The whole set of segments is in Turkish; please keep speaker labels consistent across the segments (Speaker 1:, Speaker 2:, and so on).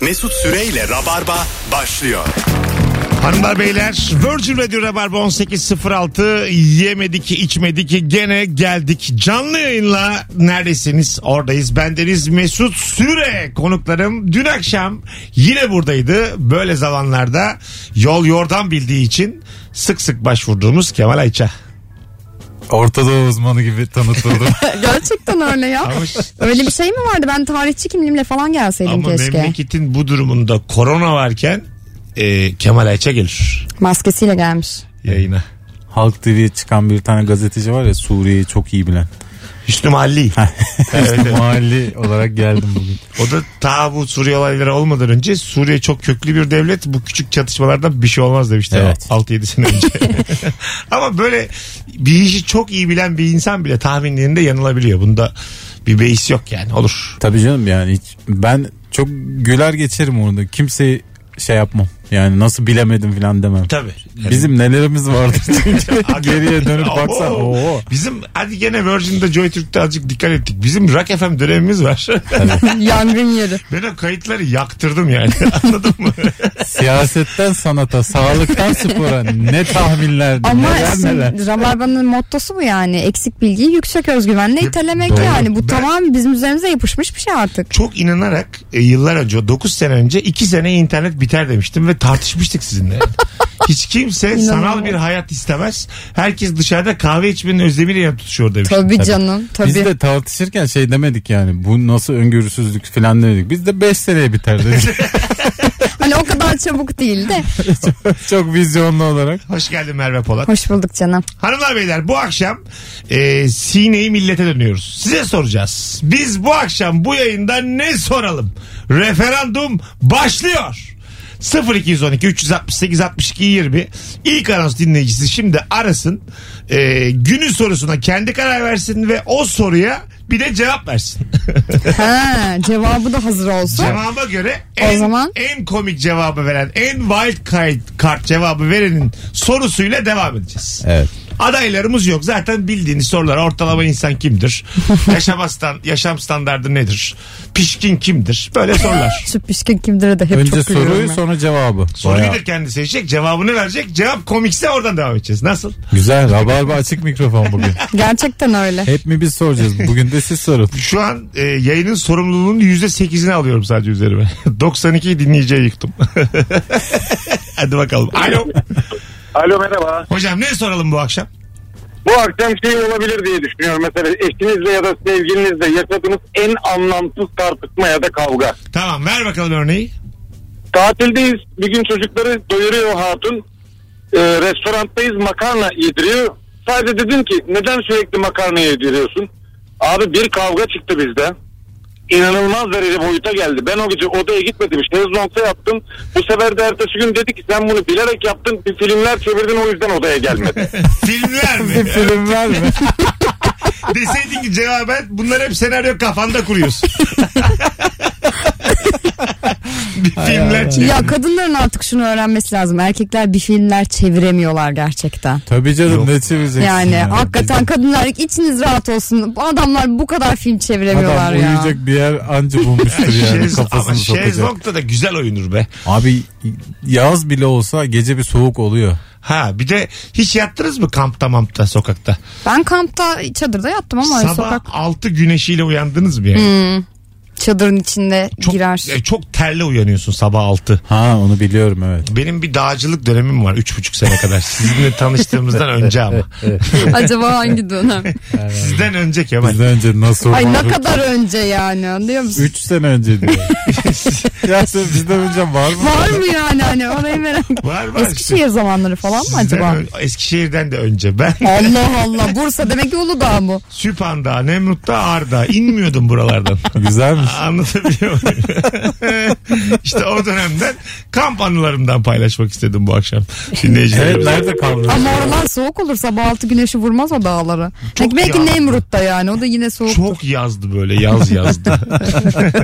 Speaker 1: Mesut Süreyle Rabarba başlıyor.
Speaker 2: Hanımlar beyler Virgin Radio Rabarba 18.06 yemedik içmedik gene geldik canlı yayınla neredesiniz oradayız bendeniz Mesut Süre konuklarım dün akşam yine buradaydı böyle zamanlarda yol yordan bildiği için sık sık başvurduğumuz Kemal Ayça
Speaker 3: Orta Doğu uzmanı gibi tanıtıldım.
Speaker 4: Gerçekten öyle ya.
Speaker 2: Ama-
Speaker 4: Öyle bir şey mi vardı? Ben tarihçi kimliğimle falan gelseydim
Speaker 2: ama
Speaker 4: keşke.
Speaker 2: memleketin bu durumunda korona varken e, Kemal Ayça gelir
Speaker 4: Maskesiyle gelmiş.
Speaker 2: yayına
Speaker 3: Halk TV'ye çıkan bir tane gazeteci var ya Suriye'yi çok iyi bilen.
Speaker 2: Hüsnü Mahalli
Speaker 3: İşte mahalli olarak geldim bugün.
Speaker 2: O da ta bu Suriye olayları olmadan önce Suriye çok köklü bir devlet. Bu küçük çatışmalardan bir şey olmaz demişti.
Speaker 3: Evet.
Speaker 2: 6-7 sene önce. Ama böyle bir işi çok iyi bilen bir insan bile tahminlerinde yanılabiliyor. Bunda bir beis yok yani olur.
Speaker 3: Tabii canım yani hiç, ben çok güler geçerim orada. Kimseyi şey yapmam. Yani nasıl bilemedim falan demem.
Speaker 2: Tabii.
Speaker 3: Bizim nelerimiz vardı çünkü geriye dönüp baksan.
Speaker 2: Oo.
Speaker 3: Oo.
Speaker 2: Bizim hadi gene Virgin'de Joy Türk'te azıcık dikkat ettik. Bizim Rock FM dönemimiz var.
Speaker 4: Yangın yeri.
Speaker 2: ben o kayıtları yaktırdım yani. Anladın mı?
Speaker 3: Siyasetten sanata, sağlıktan spora ne tahminler
Speaker 4: Ama
Speaker 3: neler neler.
Speaker 4: şimdi Rabarba'nın mottosu bu yani. Eksik bilgiyi yüksek özgüvenle itelemek
Speaker 3: Doğru.
Speaker 4: yani. Bu
Speaker 2: Ben-
Speaker 4: tamam bizim üzerimize yapışmış bir şey artık.
Speaker 2: çok inanarak e, yıllar önce 9 sene önce 2 sene internet biter demiştim ve tartışmıştık sizinle. Hiç kimse sanal bir hayat istemez. Herkes dışarıda kahve içmenin özlemiyle yan tutuşuyor demiştim.
Speaker 4: Tabii, canım. Tabii.
Speaker 3: Biz de tartışırken şey demedik yani bu nasıl öngörüsüzlük falan demedik. Biz de 5 seneye biter dedik.
Speaker 4: Hani o kadar çabuk değil de.
Speaker 3: Çok vizyonlu olarak.
Speaker 2: Hoş geldin Merve Polat.
Speaker 4: Hoş bulduk canım.
Speaker 2: Hanımlar beyler bu akşam e, sineyi millete dönüyoruz. Size soracağız. Biz bu akşam bu yayında ne soralım? Referandum başlıyor. 0212 368 62 20 ilk anons dinleyicisi şimdi arasın E, günün sorusuna kendi karar versin ve o soruya bir de cevap versin.
Speaker 4: Ha, cevabı da hazır olsun.
Speaker 2: Cevaba göre en,
Speaker 4: zaman-
Speaker 2: en komik cevabı veren en wild card, card cevabı verenin sorusuyla devam edeceğiz.
Speaker 3: Evet.
Speaker 2: Adaylarımız yok. Zaten bildiğiniz sorular ortalama insan kimdir? yaşam, astan, yaşam standardı nedir? Pişkin kimdir? Böyle sorular.
Speaker 4: Şu pişkin kimdir de hep
Speaker 3: Önce
Speaker 4: çok gülüyorum.
Speaker 3: soruyu
Speaker 4: ben.
Speaker 3: sonra cevabı.
Speaker 2: Soruyu
Speaker 3: Bayağı.
Speaker 2: da kendi seçecek. Cevabını verecek. Cevap komikse oradan devam edeceğiz. Nasıl?
Speaker 3: Güzel rabarba açık mikrofon bugün.
Speaker 4: Gerçekten öyle.
Speaker 3: Hep mi biz soracağız? Bugün de siz sorun.
Speaker 2: Şu an e, yayının sorumluluğunun %8'ini alıyorum sadece üzerime. 92'yi dinleyiciye yıktım. Hadi bakalım. Alo.
Speaker 5: Alo merhaba.
Speaker 2: Hocam ne soralım bu akşam?
Speaker 5: Bu akşam şey olabilir diye düşünüyorum. Mesela eşinizle ya da sevgilinizle yaşadığınız en anlamsız tartışma ya da kavga.
Speaker 2: Tamam ver bakalım örneği.
Speaker 5: Tatildeyiz. Bir gün çocukları doyuruyor hatun. Ee, restoranttayız makarna yediriyor. Sadece dedim ki neden sürekli makarna yediriyorsun? Abi bir kavga çıktı bizde. İnanılmaz derece boyuta geldi. Ben o gece odaya gitmedim. Şezlong'da yaptım. Bu sefer de ertesi gün dedi ki sen bunu bilerek yaptın. Bir filmler çevirdin o yüzden odaya gelmedi.
Speaker 2: Filmler mi?
Speaker 3: Bir film var mı?
Speaker 2: Deseydin ki cevaben bunlar hep senaryo kafanda kuruyorsun. bir filmler çek.
Speaker 4: Ya kadınların artık şunu öğrenmesi lazım. Erkekler bir filmler çeviremiyorlar gerçekten.
Speaker 3: Tabii canım
Speaker 2: Yok.
Speaker 3: ne çevireceksin?
Speaker 4: Yani
Speaker 3: ya?
Speaker 4: hakikaten kadınlar içiniz rahat olsun. Bu adamlar bu kadar film çeviremiyorlar
Speaker 3: Adam
Speaker 4: ya.
Speaker 3: uyuyacak bir yer anca bulmuştur yani
Speaker 2: Şez- şey ama
Speaker 3: kafasını sokacak.
Speaker 2: Şezlong da da güzel oyunur be.
Speaker 3: Abi yaz bile olsa gece bir soğuk oluyor.
Speaker 2: Ha bir de hiç yattınız mı kampta mampta sokakta?
Speaker 4: Ben kampta çadırda yattım ama
Speaker 2: Sabah
Speaker 4: sokak
Speaker 2: 6 güneşiyle uyandınız mı yani?
Speaker 4: çadırın içinde
Speaker 2: Çok,
Speaker 4: girer.
Speaker 2: e, çok terle uyanıyorsun sabah 6.
Speaker 3: Ha onu biliyorum evet.
Speaker 2: Benim bir dağcılık dönemim var 3,5 sene kadar. Sizinle tanıştığımızdan önce ama.
Speaker 4: Acaba hangi dönem?
Speaker 2: Sizden önce Kemal.
Speaker 3: Bizden önce nasıl
Speaker 4: Ay ne
Speaker 3: vardı?
Speaker 4: kadar önce yani anlıyor musun?
Speaker 3: 3 sene önce diyor. ya sen bizden önce var mı?
Speaker 4: Var mı yani hani orayı merak
Speaker 2: Var var.
Speaker 4: Eskişehir zamanları falan mı
Speaker 2: Sizden
Speaker 4: acaba?
Speaker 2: ön- Eskişehir'den de önce. Ben
Speaker 4: Allah Allah Bursa demek ki Uludağ mı?
Speaker 2: Süphan'da, Nemrut'ta, Arda inmiyordum buralardan.
Speaker 3: Güzelmiş.
Speaker 2: Anlatabiliyor muyum? işte o dönemden kamp anılarımdan paylaşmak istedim bu akşam.
Speaker 3: Evet
Speaker 2: Dinleyicilerimize.
Speaker 3: nerede kaldın?
Speaker 4: Ama oralar soğuk olur sabah altı güneşi vurmaz o dağlara.
Speaker 2: Çok
Speaker 4: belki
Speaker 2: yağmur.
Speaker 4: Nemrut'ta yani o da yine soğuk.
Speaker 2: Çok yazdı böyle yaz yazdı.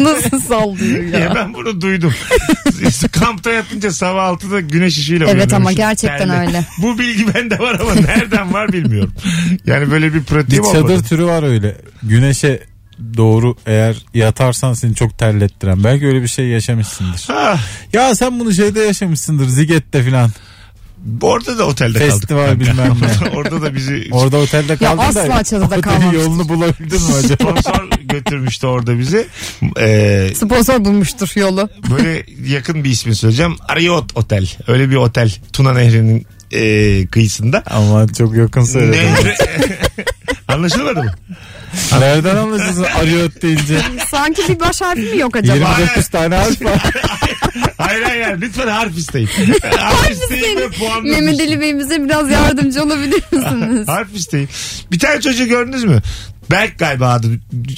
Speaker 4: Nasıl sallıyor ya?
Speaker 2: ya ben bunu duydum. Kampta yatınca sabah 6'da güneş ışığıyla
Speaker 4: Evet
Speaker 2: uyanıyormuşum.
Speaker 4: ama gerçekten
Speaker 2: Terli.
Speaker 4: öyle.
Speaker 2: Bu bilgi bende var ama nereden var bilmiyorum. Yani böyle bir
Speaker 3: Bir
Speaker 2: pratiğim
Speaker 3: çadır
Speaker 2: olmadı.
Speaker 3: türü var öyle. Güneşe doğru eğer yatarsan seni çok terlettiren. Belki öyle bir şey yaşamışsındır.
Speaker 2: Ah,
Speaker 3: Ya sen bunu şeyde yaşamışsındır Ziget'te filan.
Speaker 2: orada da otelde
Speaker 3: Festival
Speaker 2: kaldık.
Speaker 3: bilmem ne.
Speaker 2: orada da bizi
Speaker 3: Orada otelde
Speaker 4: Ya
Speaker 3: kaldın da.
Speaker 4: asla çadırda
Speaker 3: otelin
Speaker 4: kalmamıştır.
Speaker 3: yolunu bulabildin mi acaba?
Speaker 2: sponsor götürmüştü orada bizi. Ee,
Speaker 4: Sponsor bulmuştur yolu.
Speaker 2: böyle yakın bir ismi söyleyeceğim. Ariot Otel. Öyle bir otel. Tuna Nehri'nin e, kıyısında.
Speaker 3: Aman çok yakın söyledin.
Speaker 2: Nehri... Anlaşılmadı mı?
Speaker 3: Nereden anlıyorsunuz Ariot deyince?
Speaker 4: Sanki bir baş harfi mi yok acaba?
Speaker 3: 29 tane harf var.
Speaker 2: Hayır hayır hayır. lütfen harf isteyin. harf isteyin ve puanlayın.
Speaker 4: Mehmet Ali Bey bize biraz yardımcı olabilir misiniz?
Speaker 2: Harf isteyin. Bir tane çocuğu gördünüz mü? Berk galiba adı.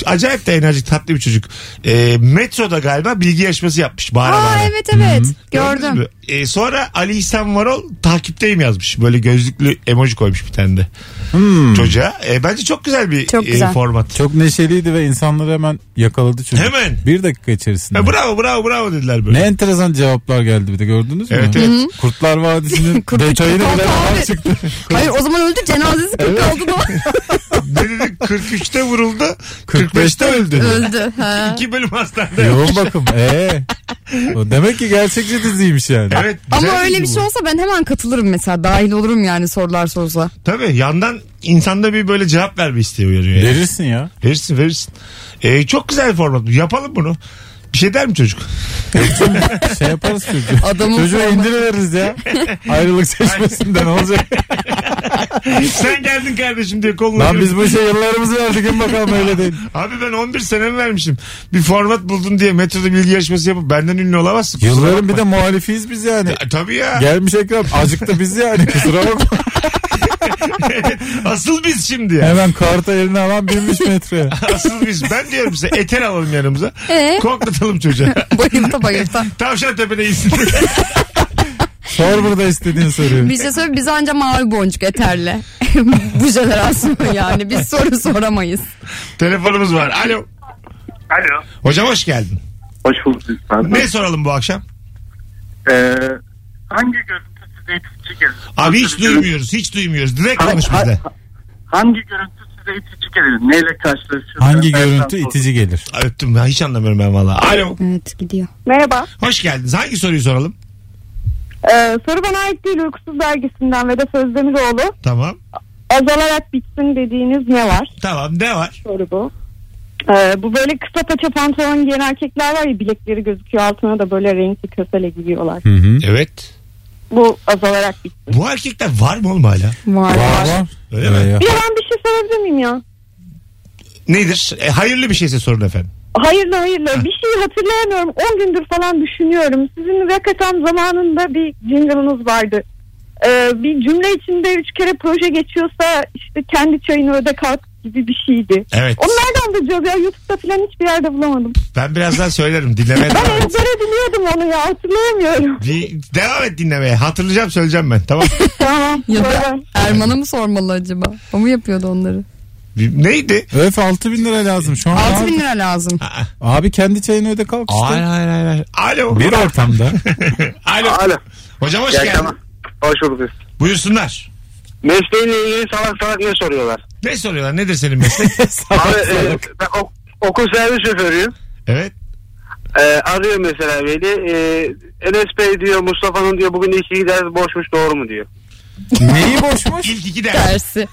Speaker 2: Acayip de enerjik tatlı bir çocuk. E, metroda galiba bilgi yarışması yapmış. Bağıra
Speaker 4: Aa
Speaker 2: bağıra.
Speaker 4: evet evet
Speaker 2: Gördünüz
Speaker 4: gördüm.
Speaker 2: mü? E, sonra Ali İhsan Varol takipteyim yazmış. Böyle gözlüklü emoji koymuş bir tane de çocuğa. E, bence çok güzel bir
Speaker 4: Çok
Speaker 2: e,
Speaker 4: güzel.
Speaker 2: format.
Speaker 3: Hmm. Çok neşeliydi ve insanları hemen yakaladı çünkü.
Speaker 2: Hemen.
Speaker 3: Bir dakika içerisinde.
Speaker 2: E, bravo bravo bravo dediler böyle.
Speaker 3: Ne enteresan cevaplar geldi bir de gördünüz mü?
Speaker 2: Evet, evet. Hı
Speaker 3: Kurtlar Vadisi'nin
Speaker 4: Kurt-
Speaker 3: detayını
Speaker 4: Kurtlar
Speaker 3: bile beraber
Speaker 4: Vadisi.
Speaker 3: çıktı.
Speaker 4: Hayır o zaman öldü cenazesi 40 oldu da
Speaker 2: Ne dedi? 43'te vuruldu.
Speaker 3: 45'te
Speaker 2: 45'te öldü.
Speaker 4: öldü. Ha.
Speaker 2: İki bölüm hastanede.
Speaker 3: Yoğun bakım. Ee, o demek ki gerçekçi diziymiş yani.
Speaker 2: Evet.
Speaker 4: Ama
Speaker 2: güzel
Speaker 4: öyle bir
Speaker 2: bu.
Speaker 4: şey olsa ben hemen katılırım mesela dahil olurum yani sorular sorsa.
Speaker 2: Tabii yandan insanda bir böyle cevap verme isteği uyarıyor. Yani.
Speaker 3: Verirsin ya.
Speaker 2: Verirsin verirsin. E, çok güzel bir format. bu. Yapalım bunu. Bir şey der mi çocuk?
Speaker 3: Şey yaparız çocuğu.
Speaker 4: Adamın
Speaker 3: Çocuğa
Speaker 4: formu.
Speaker 3: indiriveririz ya. Ayrılık seçmesinden olacak.
Speaker 2: Sen geldin kardeşim diye kolunu
Speaker 3: Lan biz bu işe yıllarımızı verdik. Hem bakalım öyle değil.
Speaker 2: Abi ben 11 senemi vermişim. Bir format buldun diye metroda bilgi yarışması yapıp benden ünlü olamazsın. Kusura
Speaker 3: Yılların
Speaker 2: bakma.
Speaker 3: bir de muhalifiyiz biz yani.
Speaker 2: E, Tabii ya.
Speaker 3: Gelmiş Ekrem acıktı biz yani kusura bakma.
Speaker 2: Asıl biz şimdi ya.
Speaker 3: Hemen karta eline alan binmiş metroya.
Speaker 2: Asıl biz. Ben diyorum size eter alalım yanımıza.
Speaker 4: Ee?
Speaker 2: Korkutalım çocuğa.
Speaker 4: Bayılta bayılta.
Speaker 2: Tavşan tepede insin.
Speaker 3: Sor burada istediğin soruyu.
Speaker 4: Bir şey söyleyeyim biz anca mavi boncuk eterle. Bu jenerasyon yani biz soru soramayız.
Speaker 2: Telefonumuz var. Alo.
Speaker 5: Alo.
Speaker 2: Hocam hoş geldin.
Speaker 5: Hoş bulduk lütfen.
Speaker 2: Ne soralım bu akşam?
Speaker 5: hangi görüntü size itici geldi?
Speaker 2: Abi hiç duymuyoruz. Hiç duymuyoruz. Direkt konuş
Speaker 5: Ha-
Speaker 2: bizle.
Speaker 5: ha- hangi görüntü size itici gelir? Neyle karşılaşıyorsunuz?
Speaker 3: Hangi
Speaker 5: Ben
Speaker 3: görüntü
Speaker 5: sana
Speaker 3: itici gelir?
Speaker 2: Öptüm ben. Hiç anlamıyorum ben valla. Alo.
Speaker 4: Evet gidiyor.
Speaker 6: Merhaba.
Speaker 2: Hoş geldiniz. Hangi soruyu soralım?
Speaker 6: Ee, soru bana ait değil uykusuz dergisinden ve de Sözdemiroğlu.
Speaker 2: Tamam.
Speaker 6: Azalarak bitsin dediğiniz ne var?
Speaker 2: Tamam. Ne var?
Speaker 6: Soru bu. Ee, bu böyle kısa paça pantolon giyen erkekler var ya bilekleri gözüküyor altına da böyle renkli kösele giyiyorlar.
Speaker 3: Hı hı.
Speaker 2: Evet.
Speaker 6: Bu azalarak bitsin.
Speaker 2: Bu erkekler var mı oğlum hala?
Speaker 4: Var
Speaker 3: Var
Speaker 4: var.
Speaker 3: var.
Speaker 2: Öyle mi?
Speaker 3: Ee,
Speaker 6: Bir de ben bir şey sorabilir miyim ya?
Speaker 2: Nedir? E, hayırlı bir şeyse sorun efendim.
Speaker 6: Hayırlı hayırlı. Bir şeyi hatırlayamıyorum. 10 gündür falan düşünüyorum. Sizin Rakatam zamanında bir jingle'ınız vardı. Ee, bir cümle içinde üç kere proje geçiyorsa işte kendi çayını öde kalk gibi bir şeydi.
Speaker 2: Evet.
Speaker 6: Onu nereden bulacağız ya? Youtube'da falan hiçbir yerde bulamadım.
Speaker 2: Ben birazdan söylerim. Dinlemeye
Speaker 6: Ben
Speaker 2: devam et.
Speaker 6: ezbere biliyordum onu ya. Hatırlayamıyorum.
Speaker 2: Bir, devam et dinlemeye. Hatırlayacağım söyleyeceğim ben. Tamam.
Speaker 6: tamam.
Speaker 4: Ya da
Speaker 6: Doğru.
Speaker 4: Erman'a mı sormalı acaba? O mu yapıyordu onları?
Speaker 2: Bir- Neydi?
Speaker 3: Öf 6 bin lira lazım şu an.
Speaker 4: 6
Speaker 3: abi,
Speaker 4: bin lira lazım.
Speaker 2: Aa.
Speaker 3: abi kendi çayını öde kalk
Speaker 2: Hayır
Speaker 3: işte.
Speaker 2: hayır hayır. hayır. Alo.
Speaker 3: Bir ortamda.
Speaker 2: Alo.
Speaker 5: sordum. Alo.
Speaker 2: Hocam hoş
Speaker 5: İyi
Speaker 2: geldin.
Speaker 5: akşamlar. Hoş bulduk.
Speaker 2: Buyursunlar.
Speaker 5: Mesleğinle ilgili salak salak ne soruyorlar?
Speaker 2: Ne soruyorlar? Nedir senin meslek?
Speaker 5: Abi e, ben ok- okul servis şoförüyüm.
Speaker 2: evet.
Speaker 5: E, arıyor mesela Veli. E, Enes Bey diyor Mustafa'nın diyor bugün ilk iki ders boşmuş doğru mu diyor.
Speaker 3: Neyi boşmuş?
Speaker 2: İlk iki ders.
Speaker 4: Tersi.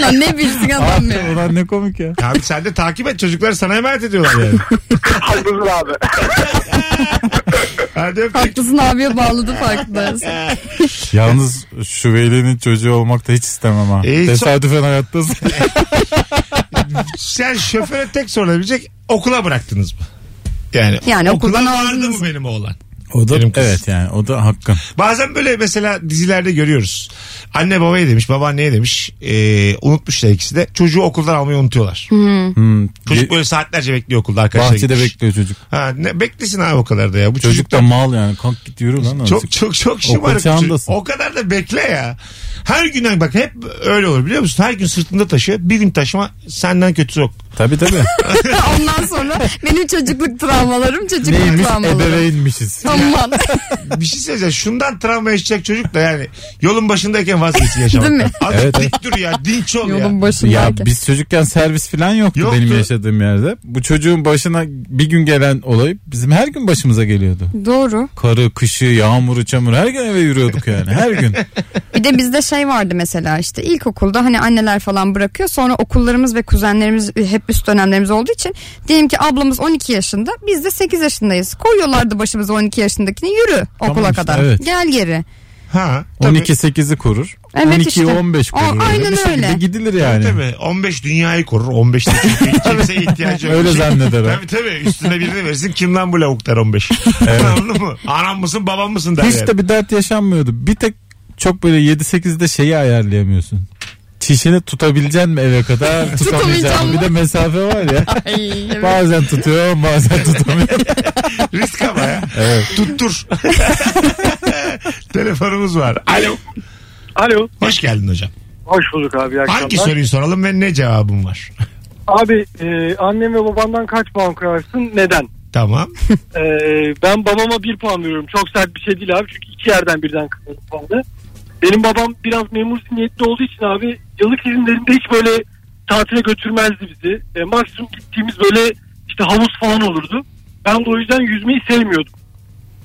Speaker 4: Lan ne bilsin
Speaker 2: e,
Speaker 4: adam ya.
Speaker 3: Ulan ne komik ya.
Speaker 2: Abi sen de takip et. Çocuklar sana emanet ediyorlar yani.
Speaker 5: Haklısın abi.
Speaker 2: Hadi öptük.
Speaker 4: Haklısın abiye bağladı farkındayız.
Speaker 3: Yalnız şu Veli'nin çocuğu olmak da hiç istemem ha.
Speaker 2: Ee,
Speaker 3: Tesadüfen hayattasın.
Speaker 2: Sen şoföre tek sorulabilecek okula bıraktınız mı? Yani,
Speaker 4: Yani
Speaker 2: okula
Speaker 4: okuldan
Speaker 2: vardı
Speaker 4: aldınız.
Speaker 2: mı benim oğlan?
Speaker 3: o da
Speaker 2: Benim kız.
Speaker 3: evet yani o da hakkın.
Speaker 2: Bazen böyle mesela dizilerde görüyoruz. Anne babaya demiş, babaanneye demiş. Ee, unutmuşlar ikisi de. Çocuğu okuldan almayı unutuyorlar.
Speaker 3: Hmm,
Speaker 2: Çocuk
Speaker 3: bir-
Speaker 2: böyle saatlerce bekliyor okulda arkadaşlar.
Speaker 3: bahçede
Speaker 2: gitmiş.
Speaker 3: bekliyor çocuk.
Speaker 2: Ha, ne, beklesin abi o kadar da ya. Bu çocuk,
Speaker 3: Çocuk da mal yani. Kalk git yürü lan.
Speaker 2: çok
Speaker 3: azıcık.
Speaker 2: çok çok
Speaker 3: Okul
Speaker 2: şımarık. bir çocuk.
Speaker 3: çağındasın.
Speaker 2: O kadar da bekle ya. Her günden bak hep öyle olur biliyor musun? Her gün sırtında taşı. Bir gün taşıma senden kötü yok.
Speaker 3: Tabii tabii.
Speaker 4: Ondan sonra benim çocukluk travmalarım çocukluk
Speaker 3: Neymiş
Speaker 4: travmalarım.
Speaker 3: ebeveynmişiz.
Speaker 4: Aman
Speaker 2: Bir şey söyleyeceğim. Şundan travma yaşayacak çocuk da yani yolun başındayken vazgeçsin yaşamaktan.
Speaker 4: Değil mi?
Speaker 2: Azıcık
Speaker 3: Evet, evet.
Speaker 2: dik dur ya. Dinç ol ya.
Speaker 4: yolun
Speaker 3: Ya
Speaker 4: başındayken.
Speaker 3: biz çocukken servis falan yoktu,
Speaker 2: Yoktu.
Speaker 3: benim yaşadığım yerde. Bu çocuğun başına bir gün gelen olay bizim her gün başımıza geliyordu.
Speaker 4: Doğru.
Speaker 3: Karı, kışı, yağmuru, çamur her gün eve yürüyorduk yani her gün.
Speaker 4: Bir de bizde şey vardı mesela işte ilkokulda hani anneler falan bırakıyor. Sonra okullarımız ve kuzenlerimiz hep üst dönemlerimiz olduğu için diyelim ki ablamız 12 yaşında biz de 8 yaşındayız. Koyuyorlardı başımıza 12 yaşındakini yürü okula
Speaker 3: Tamam işte,
Speaker 4: kadar.
Speaker 3: evet.
Speaker 4: Gel geri.
Speaker 2: Ha. tabii.
Speaker 3: 12-8'i korur.
Speaker 4: Evet
Speaker 3: 12'yi
Speaker 4: işte.
Speaker 3: 15 korur.
Speaker 4: O-
Speaker 3: Öyle
Speaker 4: aynen
Speaker 3: bir şekilde
Speaker 4: öyle.
Speaker 3: Gidilir yani.
Speaker 2: Tabii 15 dünyayı korur. 15 de kimse ihtiyacı yok.
Speaker 3: Öyle zanneder o.
Speaker 2: Tabii tabii üstüne birini versin kim lan bu lavuklar 15. Anladın mı? Anam mısın babam mısın der yani.
Speaker 3: Hiç de bir dert yaşanmıyordu. Bir tek çok böyle 7-8'de şeyi ayarlayamıyorsun. Çişini tutabilecek mi eve kadar? Tutamayacak
Speaker 4: Tutamayacağım
Speaker 3: mı? Bir de mesafe var ya.
Speaker 4: Ay, evet.
Speaker 3: Bazen tutuyor bazen tutamıyor.
Speaker 2: Risk ama ya.
Speaker 3: Evet.
Speaker 2: Tuttur. Telefonumuz var. Alo.
Speaker 5: Alo.
Speaker 2: Hoş geldin hocam.
Speaker 5: Hoş bulduk abi. iyi akşamlar.
Speaker 2: Hangi soruyu soralım ve ne cevabın var?
Speaker 5: Abi e, annem ve babandan kaç puan kırarsın? Neden?
Speaker 2: Tamam.
Speaker 5: E, ben babama bir puan veriyorum. Çok sert bir şey değil abi. Çünkü iki yerden birden kırarım puanı. Benim babam biraz memur niyetli olduğu için abi yıllık izinlerinde hiç böyle tatile götürmezdi bizi. E, maksimum gittiğimiz böyle işte havuz falan olurdu. Ben de o yüzden yüzmeyi sevmiyordum.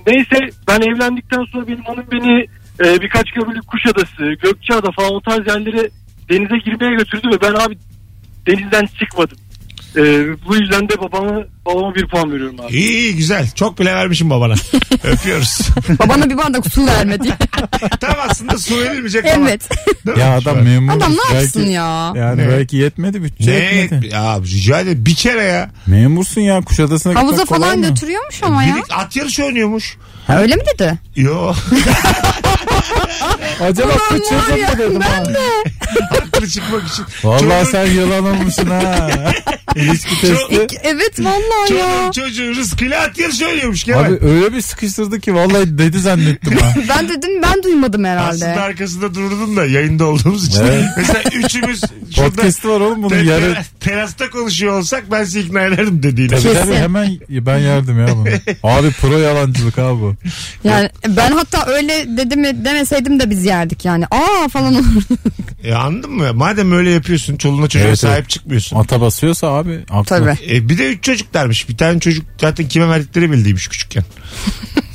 Speaker 5: Neyse ben evlendikten sonra benim hanım beni e, birkaç kere böyle Kuşadası, Gökçeada falan o tarz yerlere denize girmeye götürdü ve ben abi denizden çıkmadım. E, bu yüzden de babama, babama bir puan veriyorum abi.
Speaker 2: İyi iyi güzel. Çok bile vermişim babana. Öpüyoruz.
Speaker 4: Babana bir bardak su vermedi.
Speaker 2: Tam aslında su verilmeyecek ama.
Speaker 4: evet.
Speaker 2: Değil mi?
Speaker 3: ya
Speaker 2: Şu
Speaker 3: adam şey
Speaker 2: an.
Speaker 3: memur.
Speaker 4: Adam ne yapsın
Speaker 3: Belki-
Speaker 4: ya?
Speaker 3: Yani
Speaker 2: Ne?
Speaker 3: belki yetmedi bütçe
Speaker 2: Ne?
Speaker 3: yetmedi.
Speaker 2: Ya rica ederim. Bir kere ya.
Speaker 3: Memursun ya Kuşadası'na
Speaker 4: Havuza
Speaker 3: gitmek kolay
Speaker 4: falan
Speaker 3: mı?
Speaker 4: götürüyormuş ama ya.
Speaker 2: Birlik at yarışı oynuyormuş.
Speaker 4: Öyle mi dedi?
Speaker 2: Yo.
Speaker 3: Acaba
Speaker 4: Ulan
Speaker 3: bu
Speaker 4: var
Speaker 3: çözüm
Speaker 4: ya,
Speaker 3: mü dedim ha?
Speaker 2: Haklı çıkmak için.
Speaker 3: Vallahi
Speaker 2: Çocuğun-
Speaker 3: sen yalan olmuşsun ha. İlişki testi.
Speaker 4: Evet vallahi
Speaker 2: Çocuğun,
Speaker 4: ya.
Speaker 2: çocuğun rızkıyla at yarışı oynuyormuş Kemal.
Speaker 3: Abi öyle bir sıkıştırdı ki vallahi dedi zannettim ha.
Speaker 4: Ben dedim ben duymadım
Speaker 2: Aslında
Speaker 4: herhalde.
Speaker 2: arkasında durdum da yayında olduğumuz için.
Speaker 3: Evet.
Speaker 2: Mesela üçümüz şurada
Speaker 3: Podcast var oğlum bunun
Speaker 2: te-
Speaker 3: yarı.
Speaker 2: te- terasta konuşuyor olsak ben sizi ikna ederdim dediğine.
Speaker 3: Tabii
Speaker 4: Kesin.
Speaker 3: tabii hemen ben yardım ya bunu. Abi pro yalancılık abi bu.
Speaker 4: Yani ben hatta öyle dedim mi demeseydim de biz yerdik yani. Aa falan olur.
Speaker 2: E, anladın mı? Madem öyle yapıyorsun çoluğuna çocuğa
Speaker 3: Evet,
Speaker 2: sahip
Speaker 3: evet.
Speaker 2: çıkmıyorsun.
Speaker 3: Ata basıyorsa abi haklı.
Speaker 4: Tabii.
Speaker 2: E, bir de üç çocuklarmış. Bir tane çocuk zaten kime verdikleri bildiymiş küçükken.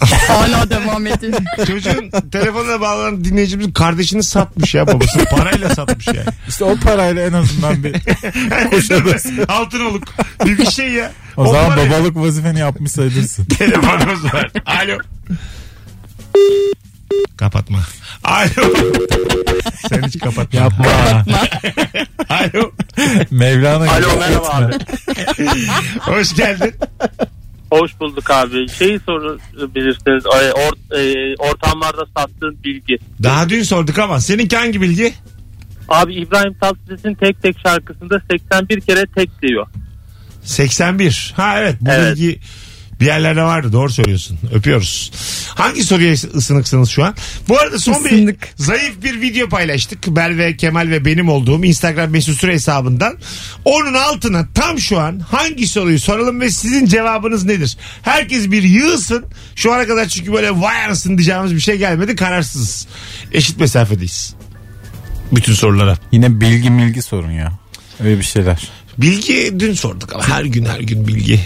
Speaker 4: Hala devam ediyor.
Speaker 2: Çocuğun telefonuna bağlanan dinleyicimizin kardeşini satmış ya babasını. Parayla satmış yani.
Speaker 3: İşte o parayla en azından bir Kuşadası.
Speaker 2: Altın oluk. Bir, bir şey ya.
Speaker 3: O zaman
Speaker 2: parayla-
Speaker 3: babalık vazifeni yapmışsaydın.
Speaker 2: Telefonumuz var. Alo. Kapatma. Alo. Sen hiç kapatma.
Speaker 3: Yapma.
Speaker 2: Alo.
Speaker 3: Mevlana
Speaker 7: Alo
Speaker 3: gibi.
Speaker 7: merhaba abi.
Speaker 2: Hoş geldin.
Speaker 7: Hoş bulduk abi. Şeyi sorabilirsiniz. Ay, or- e, ortamlarda sattığın bilgi.
Speaker 2: Daha dün sorduk ama seninki hangi bilgi?
Speaker 7: Abi İbrahim Tatlıses'in tek tek şarkısında 81 kere tek diyor.
Speaker 2: 81. Ha evet bu
Speaker 7: Evet.
Speaker 2: bilgi bir yerlerde vardı doğru söylüyorsun. Öpüyoruz. Hangi soruya ısınıksınız şu an? Bu arada son
Speaker 4: Isındık.
Speaker 2: bir zayıf bir video paylaştık. Bel ve Kemal ve benim olduğum Instagram mesut süre hesabından. Onun altına tam şu an hangi soruyu soralım ve sizin cevabınız nedir? Herkes bir yığılsın. Şu ana kadar çünkü böyle vay anasını diyeceğimiz bir şey gelmedi. Kararsızız. Eşit mesafedeyiz. Bütün sorulara.
Speaker 3: Yine bilgi milgi sorun ya. Öyle bir şeyler.
Speaker 2: Bilgi dün sorduk ama her gün her gün bilgi.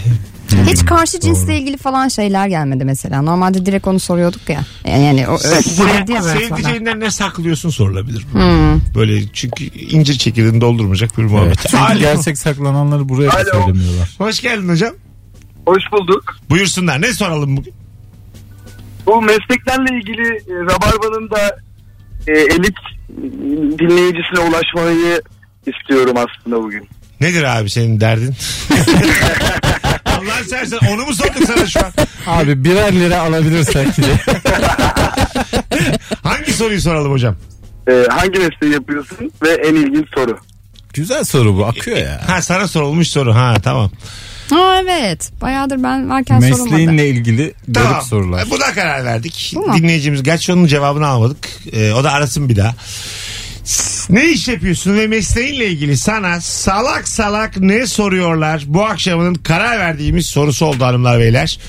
Speaker 4: Hiç karşı cinsle ilgili falan şeyler gelmedi mesela. Normalde direkt onu soruyorduk ya. Yani o öyle geldi ya böyle sonra.
Speaker 2: Sevdiceğinden ne saklıyorsun sorulabilir. Böyle çünkü incir çekirdeğini doldurmayacak bir muhabbet.
Speaker 3: Evet. Çünkü
Speaker 2: Alo.
Speaker 3: gerçek saklananları buraya da
Speaker 5: Alo.
Speaker 3: söylemiyorlar.
Speaker 2: Hoş geldin hocam.
Speaker 5: Hoş bulduk.
Speaker 2: Buyursunlar ne soralım bugün?
Speaker 5: Bu mesleklerle ilgili e, Rabarba'nın da e, elit e, dinleyicisine ulaşmayı istiyorum aslında bugün.
Speaker 2: Nedir abi senin derdin? Allah seversen onu mu sorduk sana şu an?
Speaker 3: Abi birer lira alabilirsek diye.
Speaker 2: Hangi soruyu soralım hocam?
Speaker 5: E, hangi mesleği yapıyorsun ve en ilginç soru.
Speaker 3: Güzel soru bu akıyor ya.
Speaker 2: Ha sana sorulmuş soru ha tamam.
Speaker 4: Ha evet. Bayağıdır ben varken sorulmadı.
Speaker 3: Mesleğinle ilgili
Speaker 2: Tamam. E,
Speaker 3: garip sorular.
Speaker 2: Buna karar verdik.
Speaker 4: Bu mu?
Speaker 2: Dinleyicimiz gerçi onun cevabını almadık. Ee, o da E, arasın bir daha. Ne iş yapıyorsun ve mesleğinle ilgili sana salak salak ne soruyorlar? Bu akşamın karar verdiğimiz sorusu oldu hanımlar beyler.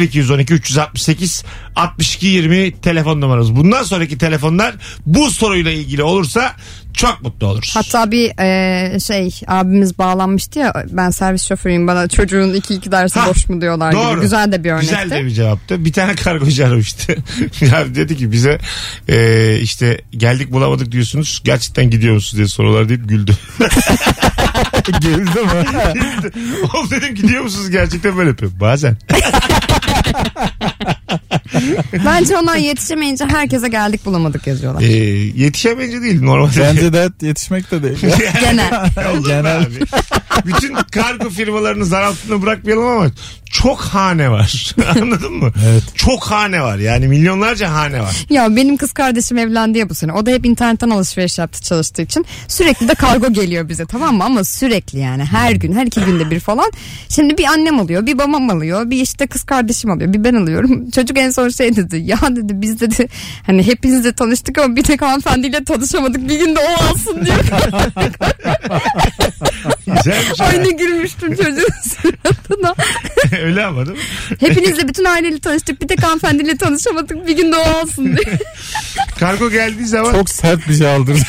Speaker 2: 0212 368 62 20 telefon numaramız. Bundan sonraki telefonlar bu soruyla ilgili olursa çok mutlu oluruz.
Speaker 4: Hatta bir e, şey abimiz bağlanmıştı ya ben servis şoförüyüm bana çocuğun iki iki dersi
Speaker 2: Ha,
Speaker 4: boş mu diyorlar
Speaker 2: doğru.
Speaker 4: gibi. Güzel de bir örnekti.
Speaker 2: Güzel de bir cevaptı. Bir tane kargocu aramıştı. ya dedi ki bize e, işte geldik bulamadık diyorsunuz. Gerçekten gidiyor musunuz diye sorular deyip güldü.
Speaker 3: Güldü mü?
Speaker 2: Oğlum dedim gidiyor musunuz gerçekten böyle yapıyor. Bazen.
Speaker 4: Bence ona yetişemeyince herkese geldik bulamadık yazıyorlar.
Speaker 2: E, yetişemeyince değil normalde.
Speaker 3: Bence de yetişmek de değil.
Speaker 4: Gene.
Speaker 2: Olur mu
Speaker 3: Genel.
Speaker 2: abi? Bütün kargo firmalarını zar altında bırakmayalım ama çok hane var. Anladın mı?
Speaker 3: Evet.
Speaker 2: Çok hane var. Yani milyonlarca hane var.
Speaker 4: Ya benim kız kardeşim evlendi ya bu sene. O da hep internetten alışveriş yaptı çalıştığı için. Sürekli de kargo geliyor bize tamam mı? Ama sürekli yani her gün her iki günde bir falan. Şimdi bir annem alıyor bir babam alıyor bir işte kız kardeşim alıyor bir ben alıyorum. Çocuk en son şey dedi ya dedi biz dedi hani hepinizle tanıştık ama bir tek hanımefendiyle tanışamadık bir gün de o alsın diyor.
Speaker 2: Güzel bir şey.
Speaker 4: Ay ne gülmüştüm çocuğun suratına.
Speaker 2: Öyle ama değil mi?
Speaker 4: Hepinizle bütün aileyle tanıştık bir tek hanımefendiyle tanışamadık bir gün de o alsın diyor.
Speaker 2: Kargo geldiği zaman
Speaker 3: Çok sert bir şey aldırdı.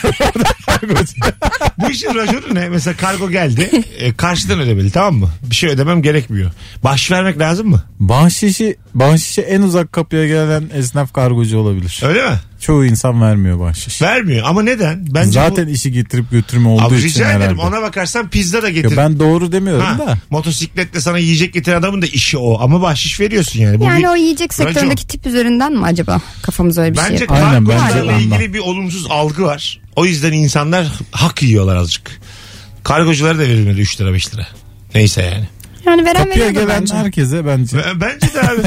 Speaker 2: bu işin raconu ne? Mesela kargo geldi. E, karşıdan ödemeli tamam mı? Bir şey ödemem gerekmiyor. Baş vermek lazım mı?
Speaker 3: Bahşişi, bahşişi en uzak kapıya gelen esnaf kargocu olabilir.
Speaker 2: Öyle mi?
Speaker 3: Çoğu insan vermiyor bahşiş.
Speaker 2: Vermiyor. Ama neden? Bence
Speaker 3: Zaten işi getirip götürme
Speaker 2: bu...
Speaker 3: olduğu
Speaker 2: Abi,
Speaker 3: için
Speaker 2: rica ederim.
Speaker 3: herhalde.
Speaker 2: Ona bakarsan pizza da getir.
Speaker 3: Ya ben doğru demiyorum
Speaker 2: Ha,
Speaker 3: da.
Speaker 2: motosikletle sana yiyecek getiren adamın da işi o. Ama bahşiş veriyorsun yani. Bu bir-
Speaker 4: Yani o yiyecek
Speaker 2: Racon.
Speaker 4: sektöründeki tip üzerinden mi acaba kafamız öyle bir şey?
Speaker 2: Bence
Speaker 4: yapıyor?
Speaker 3: Aynen,
Speaker 2: kargo
Speaker 3: bence
Speaker 2: ile
Speaker 3: ondan.
Speaker 2: ilgili bir olumsuz algı var. O yüzden insanlar hak yiyorlar azıcık. Kargoculara da verilmedi 3 lira 5 lira. Neyse yani.
Speaker 4: Yani veren
Speaker 3: Kapıya
Speaker 4: veriyor
Speaker 3: gelen
Speaker 4: bence.
Speaker 3: herkese bence.
Speaker 2: B- Bence de abi.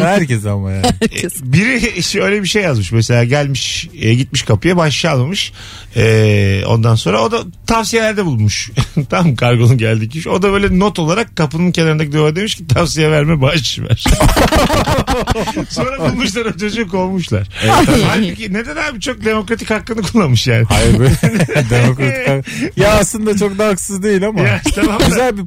Speaker 3: Herkese ama yani.
Speaker 4: Herkes.
Speaker 2: Biri şöyle bir şey yazmış mesela gelmiş e, gitmiş kapıya bahşiş almamış. E, ondan sonra o da tavsiyelerde bulunmuş. Tam kargonun geldiği kişi. O da böyle not olarak kapının kenarındaki duvara demiş ki tavsiye verme bahşiş ver. sonra bulmuşlar o çocuğu kovmuşlar. Halbuki neden abi çok demokratik hakkını kullanmış yani.
Speaker 3: Hayır böyle demokrat kar- Ya aslında çok da haksız değil ama.
Speaker 2: Ya, tamam da-
Speaker 3: Güzel bir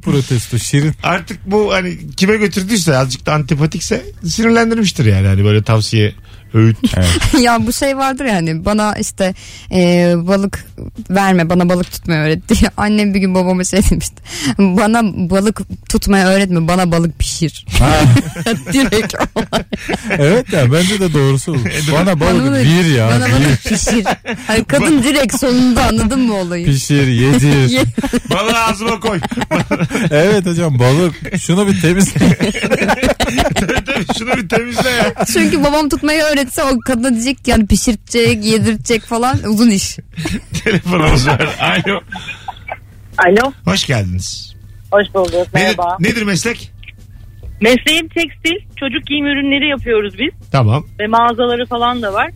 Speaker 3: protesto şirin.
Speaker 2: artık bu hani kime götürdüyse azıcık da antipatikse sinirlendirmiştir yani hani böyle tavsiye öğüt.
Speaker 4: ya bu şey vardır yani bana işte e, balık verme bana balık tutmayı öğretti. Annem bir gün babama şey demişti. Bana balık tutmayı öğretme bana balık pişir. Direkt o.
Speaker 3: Evet ya bence de doğrusu olur.
Speaker 2: E,
Speaker 3: Bana
Speaker 4: Bana
Speaker 3: balık
Speaker 4: balık-
Speaker 3: bir ya.
Speaker 4: Bana
Speaker 3: bir
Speaker 4: balık pişir. Hani kadın direkt sonunda anladın mı olayı?
Speaker 3: pişir yedir.
Speaker 4: Ye-
Speaker 2: Balığı ağzıma koy.
Speaker 3: evet hocam balık. Şunu bir temizle.
Speaker 2: Tabii Şunu bir temizle ya.
Speaker 4: Çünkü babam tutmayı öğretse o kadına diyecek ki yani pişirtecek, yedirtecek falan uzun iş.
Speaker 2: Telefonumuz var. Alo.
Speaker 8: Alo,
Speaker 2: Hoş geldiniz.
Speaker 8: hoş bulduk.
Speaker 2: Nedir,
Speaker 8: Merhaba.
Speaker 2: nedir meslek?
Speaker 8: Mesleğim tekstil. Çocuk giyim ürünleri yapıyoruz biz.
Speaker 2: Tamam.
Speaker 8: Ve mağazaları falan da var.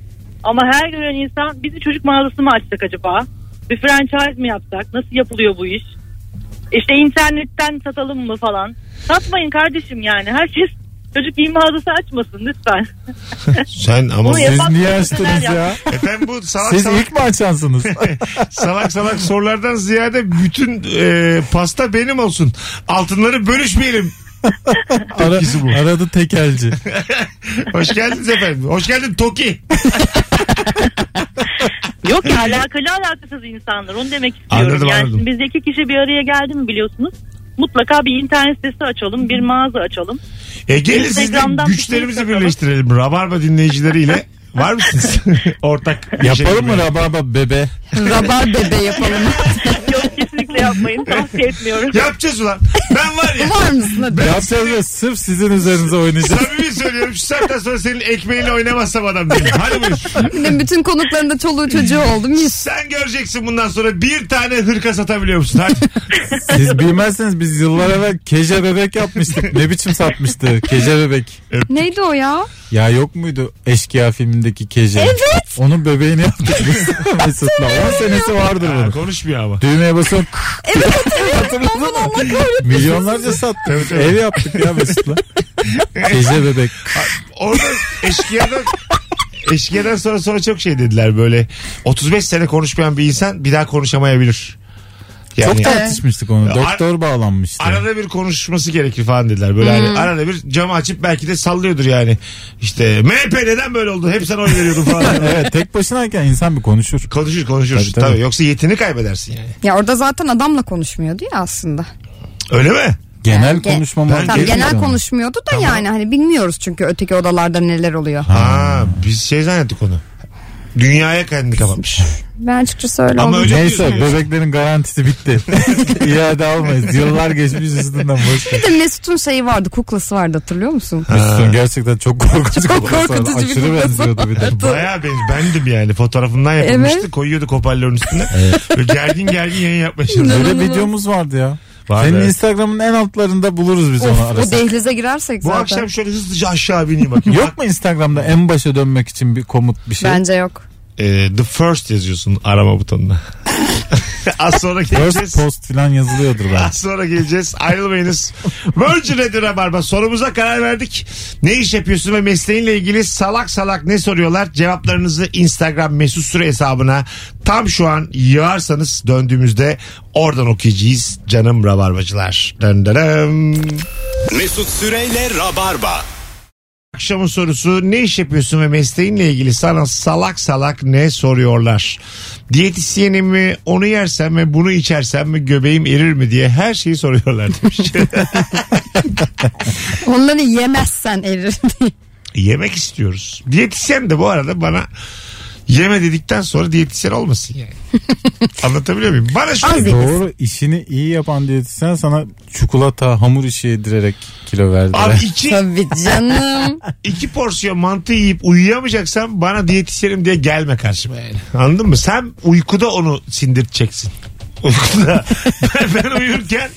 Speaker 8: Ama her gören insan bizi çocuk mağazası mı açsak acaba? Bir franchise mi yapsak? Nasıl yapılıyor bu iş? İşte internetten satalım mı falan. Satmayın kardeşim yani. Herkes çocuk giyim mağazası açmasın lütfen.
Speaker 2: Sen ama
Speaker 8: Bunu yap-
Speaker 3: Siz niye açtınız ya?
Speaker 2: efendim bu salak
Speaker 3: Siz
Speaker 2: salak,
Speaker 3: ilk mi açansınız?
Speaker 2: salak salak sorulardan ziyade bütün e, pasta benim olsun. Altınları bölüşmeyelim.
Speaker 3: Ara, aradı tekelci.
Speaker 2: Hoş geldiniz efendim. Hoş geldin Toki.
Speaker 8: Yok ya alakalı alakasız insanlar. Onu demek istiyorum.
Speaker 2: Anladım,
Speaker 8: yani
Speaker 2: anladım.
Speaker 8: şimdi biz iki kişi bir araya geldi mi biliyorsunuz? Mutlaka bir internet sitesi açalım, bir mağaza açalım.
Speaker 2: E gelin siz de
Speaker 8: Instagram'dan bir
Speaker 2: güçlerimizi
Speaker 8: şey satalım.
Speaker 2: birleştirelim. Rabarba dinleyicileriyle var mısınız? Ortak bir şey
Speaker 3: Yapalım mı
Speaker 2: gibi.
Speaker 3: Rabarba bebe?
Speaker 4: Rabar bebe yapalım.
Speaker 8: Yok kesinlikle yapmayın. Tavsiye etmiyorum.
Speaker 2: Yapacağız ulan. Ben var ya.
Speaker 4: Var mısın? Hadi.
Speaker 3: Yapacağız ve sırf sizin üzerinize oynayacağız.
Speaker 2: Samimi söylüyorum şu saatten sonra senin ekmeğiyle oynamazsam adam değilim. Hadi buyur.
Speaker 4: Benim bütün konuklarında çoluğu çocuğu oldum. Yüz.
Speaker 2: Sen göreceksin bundan sonra bir tane hırka satabiliyor musun? Hadi.
Speaker 3: Siz bilmezseniz biz yıllar evvel keje bebek yapmıştık. Ne biçim satmıştı keje bebek.
Speaker 4: Neydi o ya?
Speaker 3: Ya yok muydu Eşkıya filmindeki keje?
Speaker 4: Evet.
Speaker 3: Onun bebeğini yaptık biz. Mesut'la. 10 senesi vardır
Speaker 2: Ha,
Speaker 3: bunun.
Speaker 2: konuşmuyor ama.
Speaker 3: Düğmeye basıyorum. Hatırladın mı?
Speaker 4: Allah kahretsin.
Speaker 3: Milyonlarca sattık. Ev yaptık ya Mesut'la. Keje bebek.
Speaker 2: Orada eşkıyada Eşkiyeden sonra sonra çok şey dediler böyle. 35 sene konuşmayan bir insan bir daha konuşamayabilir.
Speaker 3: Çok
Speaker 2: Yani
Speaker 3: tartışmıştık onu.
Speaker 2: Ar-
Speaker 3: Doktor bağlanmıştı.
Speaker 2: arada bir konuşması gerekir falan dediler. Böyle hani arada bir camı açıp belki de sallıyordur yani. İşte MHP neden böyle oldu? Hep sana oy veriyordum falan.
Speaker 3: evet tek başınayken insan bir konuşur.
Speaker 2: Konuşur konuşur. Tabii,
Speaker 3: Tabii, tabii.
Speaker 2: Yoksa yetini kaybedersin yani.
Speaker 4: Ya orada zaten adamla konuşmuyordu ya aslında.
Speaker 2: Öyle mi?
Speaker 3: Genel
Speaker 4: Yani ge-
Speaker 3: konuşmamak
Speaker 2: Ben-
Speaker 4: Tamam,
Speaker 2: Gelin
Speaker 4: genel
Speaker 3: ama.
Speaker 4: konuşmuyordu da yani hani bilmiyoruz çünkü öteki odalarda neler oluyor.
Speaker 2: Aa, biz şey zannettik onu. Dünyaya kendini kapatmış.
Speaker 4: Ben açıkçası öyle
Speaker 2: Ama
Speaker 4: oldum.
Speaker 2: öyle
Speaker 3: Neyse
Speaker 2: diyorsun.
Speaker 3: bebeklerin garantisi bitti. İade almayız. Yıllar geçmiş üstünden boş ver.
Speaker 4: Bir de Mesut'un şeyi vardı kuklası vardı hatırlıyor musun?
Speaker 3: Mesut'un gerçekten çok korkunç.
Speaker 4: Çok
Speaker 3: kokusu vardı.
Speaker 4: korkutucu bir
Speaker 3: Aşırı
Speaker 4: kokusu
Speaker 3: benziyordu bir de.
Speaker 2: Bayağı ben, bendim yani. Fotoğrafından yapılmıştı.
Speaker 4: Evet.
Speaker 2: Koyuyordu hoparlörün üstüne. Böyle gergin gergin yayın yapmaya çalışıyordu.
Speaker 3: Böyle videomuz vardı ya.
Speaker 2: Vardı,
Speaker 3: Senin
Speaker 2: evet.
Speaker 3: Instagram'ın en altlarında buluruz biz onu
Speaker 4: Of, o
Speaker 3: arasak.
Speaker 4: dehlize girersek
Speaker 2: Bu
Speaker 4: zaten.
Speaker 2: akşam şey- şöyle hızlıca aşağı bineyim bakayım.
Speaker 3: Yok mu Instagram'da en başa dönmek için bir komut bir şey?
Speaker 4: Bence yok.
Speaker 2: Ee, the first yazıyorsun arama butonuna. Az sonra
Speaker 3: First
Speaker 2: geleceğiz.
Speaker 3: post falan yazılıyordur
Speaker 2: Az
Speaker 3: belki.
Speaker 2: sonra geleceğiz. Ayrılmayınız. Virgin Radio Rabarba. Sorumuza karar verdik. Ne iş yapıyorsun ve mesleğinle ilgili salak salak ne soruyorlar? Cevaplarınızı Instagram mesut süre hesabına tam şu an yığarsanız döndüğümüzde oradan okuyacağız. Canım Rabarbacılar. Döndürüm.
Speaker 1: Mesut Süreyle Rabarba.
Speaker 2: Akşamın sorusu ne iş yapıyorsun ve mesleğinle ilgili sana salak salak ne soruyorlar? Diyetisyenim mi onu yersem mi bunu içersem mi göbeğim erir mi diye her şeyi soruyorlar demiş.
Speaker 4: Onları yemezsen erir diye.
Speaker 2: Yemek istiyoruz. Diyetisyen de bu arada bana yeme dedikten sonra diyetisyen olmasın yani. Anlatabiliyor muyum? Bana şöyle bir-
Speaker 3: Doğru işini iyi yapan diyetisyen sana çikolata, hamur işi yedirerek kilo verdi.
Speaker 2: Abi iki,
Speaker 4: Tabii canım.
Speaker 2: iki porsiyon mantı yiyip uyuyamayacaksan bana diyetisyenim diye gelme karşıma yani. Anladın mı? Sen uykuda onu sindirteceksin. Uykuda. ben, ben uyurken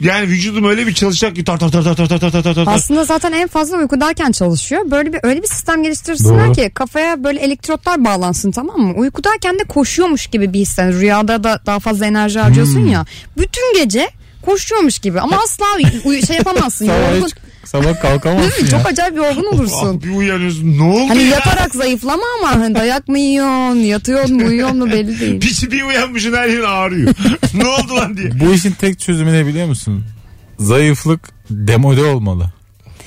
Speaker 2: yani vücudum öyle bir çalışacak ki tar tar tar tar tar tar tar tar tar.
Speaker 4: Aslında zaten en fazla uykudayken çalışıyor. Böyle bir öyle bir sistem geliştirsinler
Speaker 3: Doğru.
Speaker 4: ki kafaya böyle elektrotlar bağlansın tamam mı? Uykudayken de koşuyormuş gibi bir his. Yani rüyada da daha fazla enerji harcıyorsun
Speaker 3: Hmm.
Speaker 4: ya. Bütün gece koşuyormuş gibi ama asla uy- şey yapamazsın.
Speaker 3: sabah,
Speaker 4: yorgun.
Speaker 3: hiç, sabah
Speaker 4: Değil
Speaker 3: kalkamazsın
Speaker 4: mi?
Speaker 3: ya.
Speaker 4: Çok acayip yorgun olursun.
Speaker 2: Ah, bir uyanıyorsun. Ne oldu
Speaker 4: Hani
Speaker 2: ya?
Speaker 4: yatarak zayıflama ama hani dayak mı yiyorsun, yatıyor mu, uyuyor mu belli değil.
Speaker 2: Piçi bir uyanmışsın her yerin ağrıyor. ne oldu lan diye.
Speaker 3: Bu işin tek çözümü ne biliyor musun? Zayıflık demode olmalı.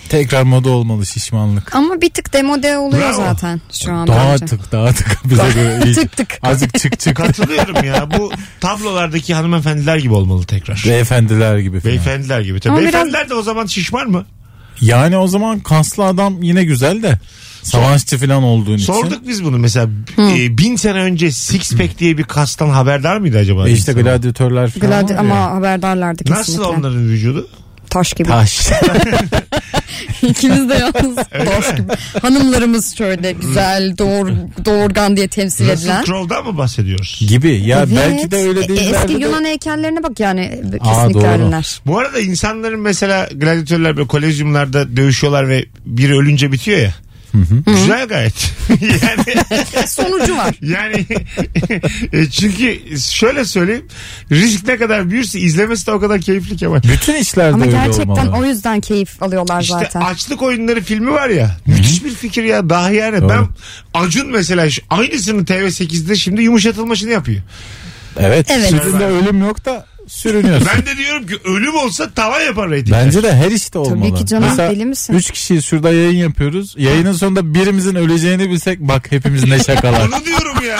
Speaker 3: Tekrar moda olmalı şişmanlık.
Speaker 4: Ama bir tık demode oluyor
Speaker 2: Bravo.
Speaker 4: zaten şu an
Speaker 3: Daha
Speaker 4: bence.
Speaker 3: tık daha tık bize göre iyi.
Speaker 4: Tık tık.
Speaker 3: Azıcık çık çık.
Speaker 2: E, Katılıyorum ya. Bu tablolardaki hanımefendiler gibi olmalı tekrar.
Speaker 3: Beyefendiler gibi falan.
Speaker 2: Beyefendiler gibi. Tabii
Speaker 4: Ama
Speaker 2: beyefendiler de o zaman şişman mı?
Speaker 3: Yani o zaman kaslı adam yine güzel de. Savaşçı falan olduğun için.
Speaker 2: Sorduk biz bunu mesela. e, bin sene önce six pack diye bir kastan haberdar mıydı acaba?
Speaker 3: E işte
Speaker 2: insan?
Speaker 3: gladyatörler falan
Speaker 4: Gladi-
Speaker 3: var
Speaker 4: ama
Speaker 3: ya.
Speaker 4: haberdarlardı kesinlikle.
Speaker 2: Nasıl onların vücudu?
Speaker 4: Taş gibi.
Speaker 3: Taş.
Speaker 4: İkimiz de yalnız taş gibi. Hanımlarımız şöyle
Speaker 3: Hmm.
Speaker 4: güzel doğur, doğurgan diye temsil edilen.
Speaker 2: Russell Crowe'dan mı bahsediyoruz?
Speaker 3: gibi. Ya
Speaker 4: Evet.
Speaker 3: belki de öyle
Speaker 4: E,
Speaker 3: değiller.
Speaker 4: Eski
Speaker 3: de-
Speaker 4: Yunan heykellerine bak yani kesinlikle
Speaker 3: Aa, doğru.
Speaker 4: öyleler.
Speaker 2: Bu arada insanların mesela gladyatörler böyle kolezyumlarda dövüşüyorlar ve biri ölünce bitiyor ya. Güzel gayet. yani
Speaker 4: Sonucu var.
Speaker 2: yani e, çünkü şöyle söyleyeyim risk ne kadar büyürse izlemesi de o kadar keyifli Kemal.
Speaker 3: Bütün işlerde
Speaker 4: Ama
Speaker 3: öyle
Speaker 4: gerçekten
Speaker 3: olmalı.
Speaker 4: o yüzden keyif alıyorlar
Speaker 2: İşte
Speaker 4: zaten.
Speaker 2: açlık oyunları filmi var ya. Müthiş bir fikir ya. Daha yani
Speaker 3: Doğru.
Speaker 2: ben Acun mesela şu- aynısını TV8'de şimdi yumuşatılmışını yapıyor.
Speaker 3: Evet.
Speaker 4: Evet.
Speaker 3: Sizin de ölüm yok da sürünüyorsun.
Speaker 2: Ben de diyorum ki ölüm olsa tavan yapar reyting.
Speaker 3: Bence de her işte olmalı.
Speaker 4: ki canım, deli misin?
Speaker 3: Üç kişiyi şurada yayın yapıyoruz. Yayının sonunda birimizin öleceğini bilsek bak hepimiz ne şakalar.
Speaker 2: Onu diyorum ya.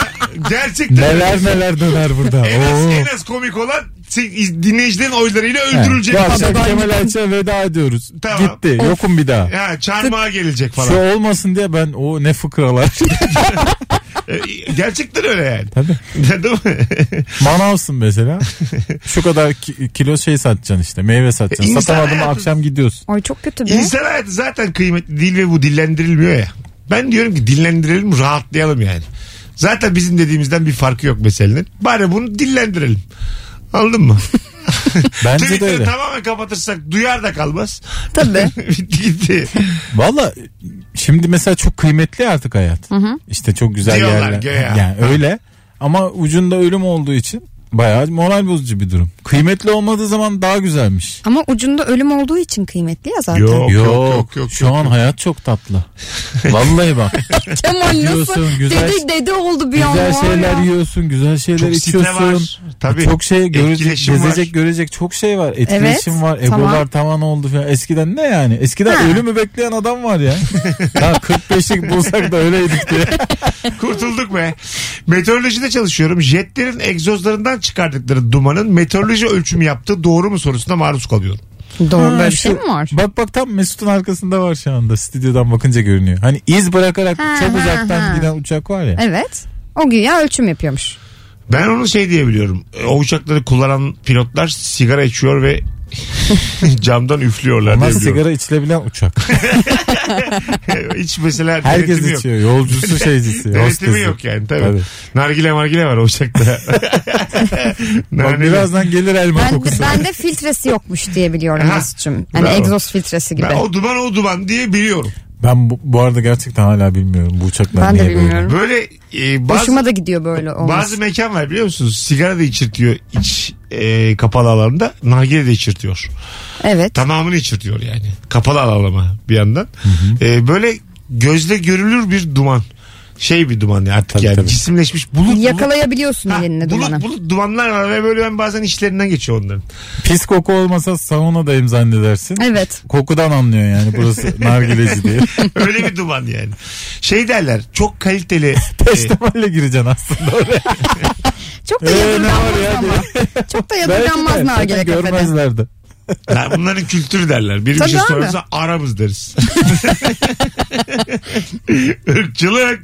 Speaker 2: Gerçekten.
Speaker 3: neler neler döner burada.
Speaker 2: En az,
Speaker 3: Oo.
Speaker 2: en az komik olan se- dinleyicilerin oylarıyla
Speaker 3: Evet.
Speaker 2: öldürülecek.
Speaker 3: Bu
Speaker 2: Ya,
Speaker 3: akşam
Speaker 4: Adadan
Speaker 3: Kemal Ayça veda ediyoruz.
Speaker 2: Tamam.
Speaker 3: Gitti. Yokum bir daha.
Speaker 2: çarmıha gelecek
Speaker 3: Şu
Speaker 2: falan.
Speaker 3: olmasın diye ben o ne fıkralar.
Speaker 2: E, Gerçekten öyle yani.
Speaker 3: Tabii.
Speaker 2: Değil mi?
Speaker 3: Manavsın mesela. Şu kadar ki- kilo şey satacaksın işte. Meyve satacaksın.
Speaker 2: İnsan
Speaker 3: Satamadım
Speaker 2: hayatı-
Speaker 3: akşam gidiyorsun.
Speaker 4: Ay çok kötü be.
Speaker 2: İnsan hayatı zaten kıymetli değil ve bu dillendirilmiyor ya. Ben diyorum ki dillendirelim rahatlayalım yani. Zaten bizim dediğimizden bir farkı yok meselenin. Bari bunu dillendirelim. Anladın mı?
Speaker 3: Bence de
Speaker 2: Twitter'ı
Speaker 3: öyle.
Speaker 2: tamamen kapatırsak duyar da kalmaz.
Speaker 4: Tabii.
Speaker 2: Bitti gitti.
Speaker 3: Valla şimdi mesela çok kıymetli artık hayat. İşte çok güzel
Speaker 2: Diyorlar
Speaker 3: yerler.
Speaker 2: göya.
Speaker 3: Yani öyle. Ama ucunda ölüm olduğu için Bayağı moral bozucu bir durum. Kıymetli olmadığı zaman daha güzelmiş.
Speaker 4: Ama ucunda ölüm olduğu için kıymetli ya zaten.
Speaker 2: Yok.
Speaker 3: yok,
Speaker 9: yok, yok,
Speaker 3: Şu
Speaker 9: yok,
Speaker 3: an
Speaker 9: yok.
Speaker 3: hayat çok tatlı. Vallahi bak.
Speaker 4: Kemal
Speaker 3: Diyorsun,
Speaker 4: nasıl
Speaker 3: güzel- şey-
Speaker 4: dede dede oldu bir an
Speaker 3: güzel
Speaker 4: var
Speaker 3: şeyler
Speaker 4: ya.
Speaker 3: yiyorsun, güzel şeyler
Speaker 2: Çok site
Speaker 3: içiyorsun.
Speaker 2: var. Tabii.
Speaker 3: Çok şey görecek,
Speaker 2: Etkileşim
Speaker 3: gezecek,
Speaker 2: var.
Speaker 3: görecek çok şey var. Etkileşim
Speaker 4: Evet,
Speaker 3: var. Egolar
Speaker 4: tamam.
Speaker 3: tavan. oldu falan. Eskiden ne yani? Eskiden
Speaker 4: Ha.
Speaker 3: ölümü bekleyen adam var ya. ya 45'lik bulsak da öyleydik diye.
Speaker 2: Kurtulduk be. Meteorolojide çalışıyorum. Jetlerin egzozlarından çıkardıkları dumanın meteoroloji ölçümü yaptığı doğru mu sorusuna maruz kalıyorum.
Speaker 4: Doğru
Speaker 3: Ha,
Speaker 4: böyle bir
Speaker 3: şu-
Speaker 4: şey mi var?
Speaker 3: Bak bak tam Mesut'un arkasında var şu anda. Stüdyodan bakınca görünüyor. Hani iz bırakarak
Speaker 4: Ha,
Speaker 3: çok
Speaker 4: ha,
Speaker 3: uzaktan
Speaker 4: ha.
Speaker 3: giden uçak var ya.
Speaker 4: Evet. O güya ölçüm yapıyormuş.
Speaker 2: Ben onu şey diyebiliyorum. E, O uçakları kullanan pilotlar sigara içiyor ve camdan üflüyorlar
Speaker 3: Ama
Speaker 2: diye biliyorum.
Speaker 3: sigara içilebilen uçak.
Speaker 2: Hiç mesela
Speaker 3: Herkes
Speaker 2: denetimi yok.
Speaker 3: içiyor. Yolcusu şeycisi.
Speaker 2: Denetimi
Speaker 3: hostesi.
Speaker 2: yok yani tabii.
Speaker 3: Tabii.
Speaker 2: Nargile margile var o uçakta.
Speaker 3: Bak,
Speaker 2: Naneli.
Speaker 3: birazdan gelir elma
Speaker 4: Ben de,
Speaker 3: kokusu.
Speaker 4: ben de filtresi yokmuş diye biliyorum
Speaker 2: Ha,
Speaker 4: Mesut'cum. Hani
Speaker 2: bravo.
Speaker 4: egzoz filtresi gibi.
Speaker 2: Ben o duman o duman diye biliyorum.
Speaker 3: Ben bu, bu arada gerçekten hala bilmiyorum bu uçaklar
Speaker 4: Ben de
Speaker 3: niye
Speaker 4: bilmiyorum.
Speaker 2: Böyle e, bazı
Speaker 4: Hoşuma da gidiyor böyle olması.
Speaker 2: Bazı mekan var biliyor musunuz? Sigara da içirtiyor iç e, kapalı alanda. Nargile de içirtiyor.
Speaker 4: Evet.
Speaker 2: Tamamını içirtiyor yani. Kapalı alana bir yandan. E, böyle gözle görülür bir duman. Şey bir duman ya artık
Speaker 3: Tabii,
Speaker 2: yani
Speaker 3: tabii.
Speaker 2: cisimleşmiş bulut bulut.
Speaker 4: Yakalayabiliyorsun
Speaker 2: Ha,
Speaker 4: eline
Speaker 2: bulut,
Speaker 4: dumanı.
Speaker 2: bulut dumanlar var ve böyle ben bazen işlerinden geçiyor onların.
Speaker 3: böyle? Pis koku olmasa saunadayım zannedersin.
Speaker 4: Evet.
Speaker 3: Kokudan anlıyor yani burası nargileci diye.
Speaker 2: Öyle bir duman yani. Şey derler çok kaliteli. e,
Speaker 3: Peştemalle gireceksin aslında oraya.
Speaker 4: Çok da
Speaker 3: Ee, ne
Speaker 4: yadırganmaz
Speaker 3: var ya
Speaker 4: ama. Çok da
Speaker 3: Belki
Speaker 4: yadırganmaz
Speaker 3: de,
Speaker 4: nargile
Speaker 3: zaten
Speaker 4: kafede.
Speaker 3: Görmezlerdi.
Speaker 2: yani e, bunların kültürü derler. Biri bir
Speaker 4: Tabii
Speaker 2: şey
Speaker 4: abi.
Speaker 2: sorarsa aramız deriz. Irkçılık.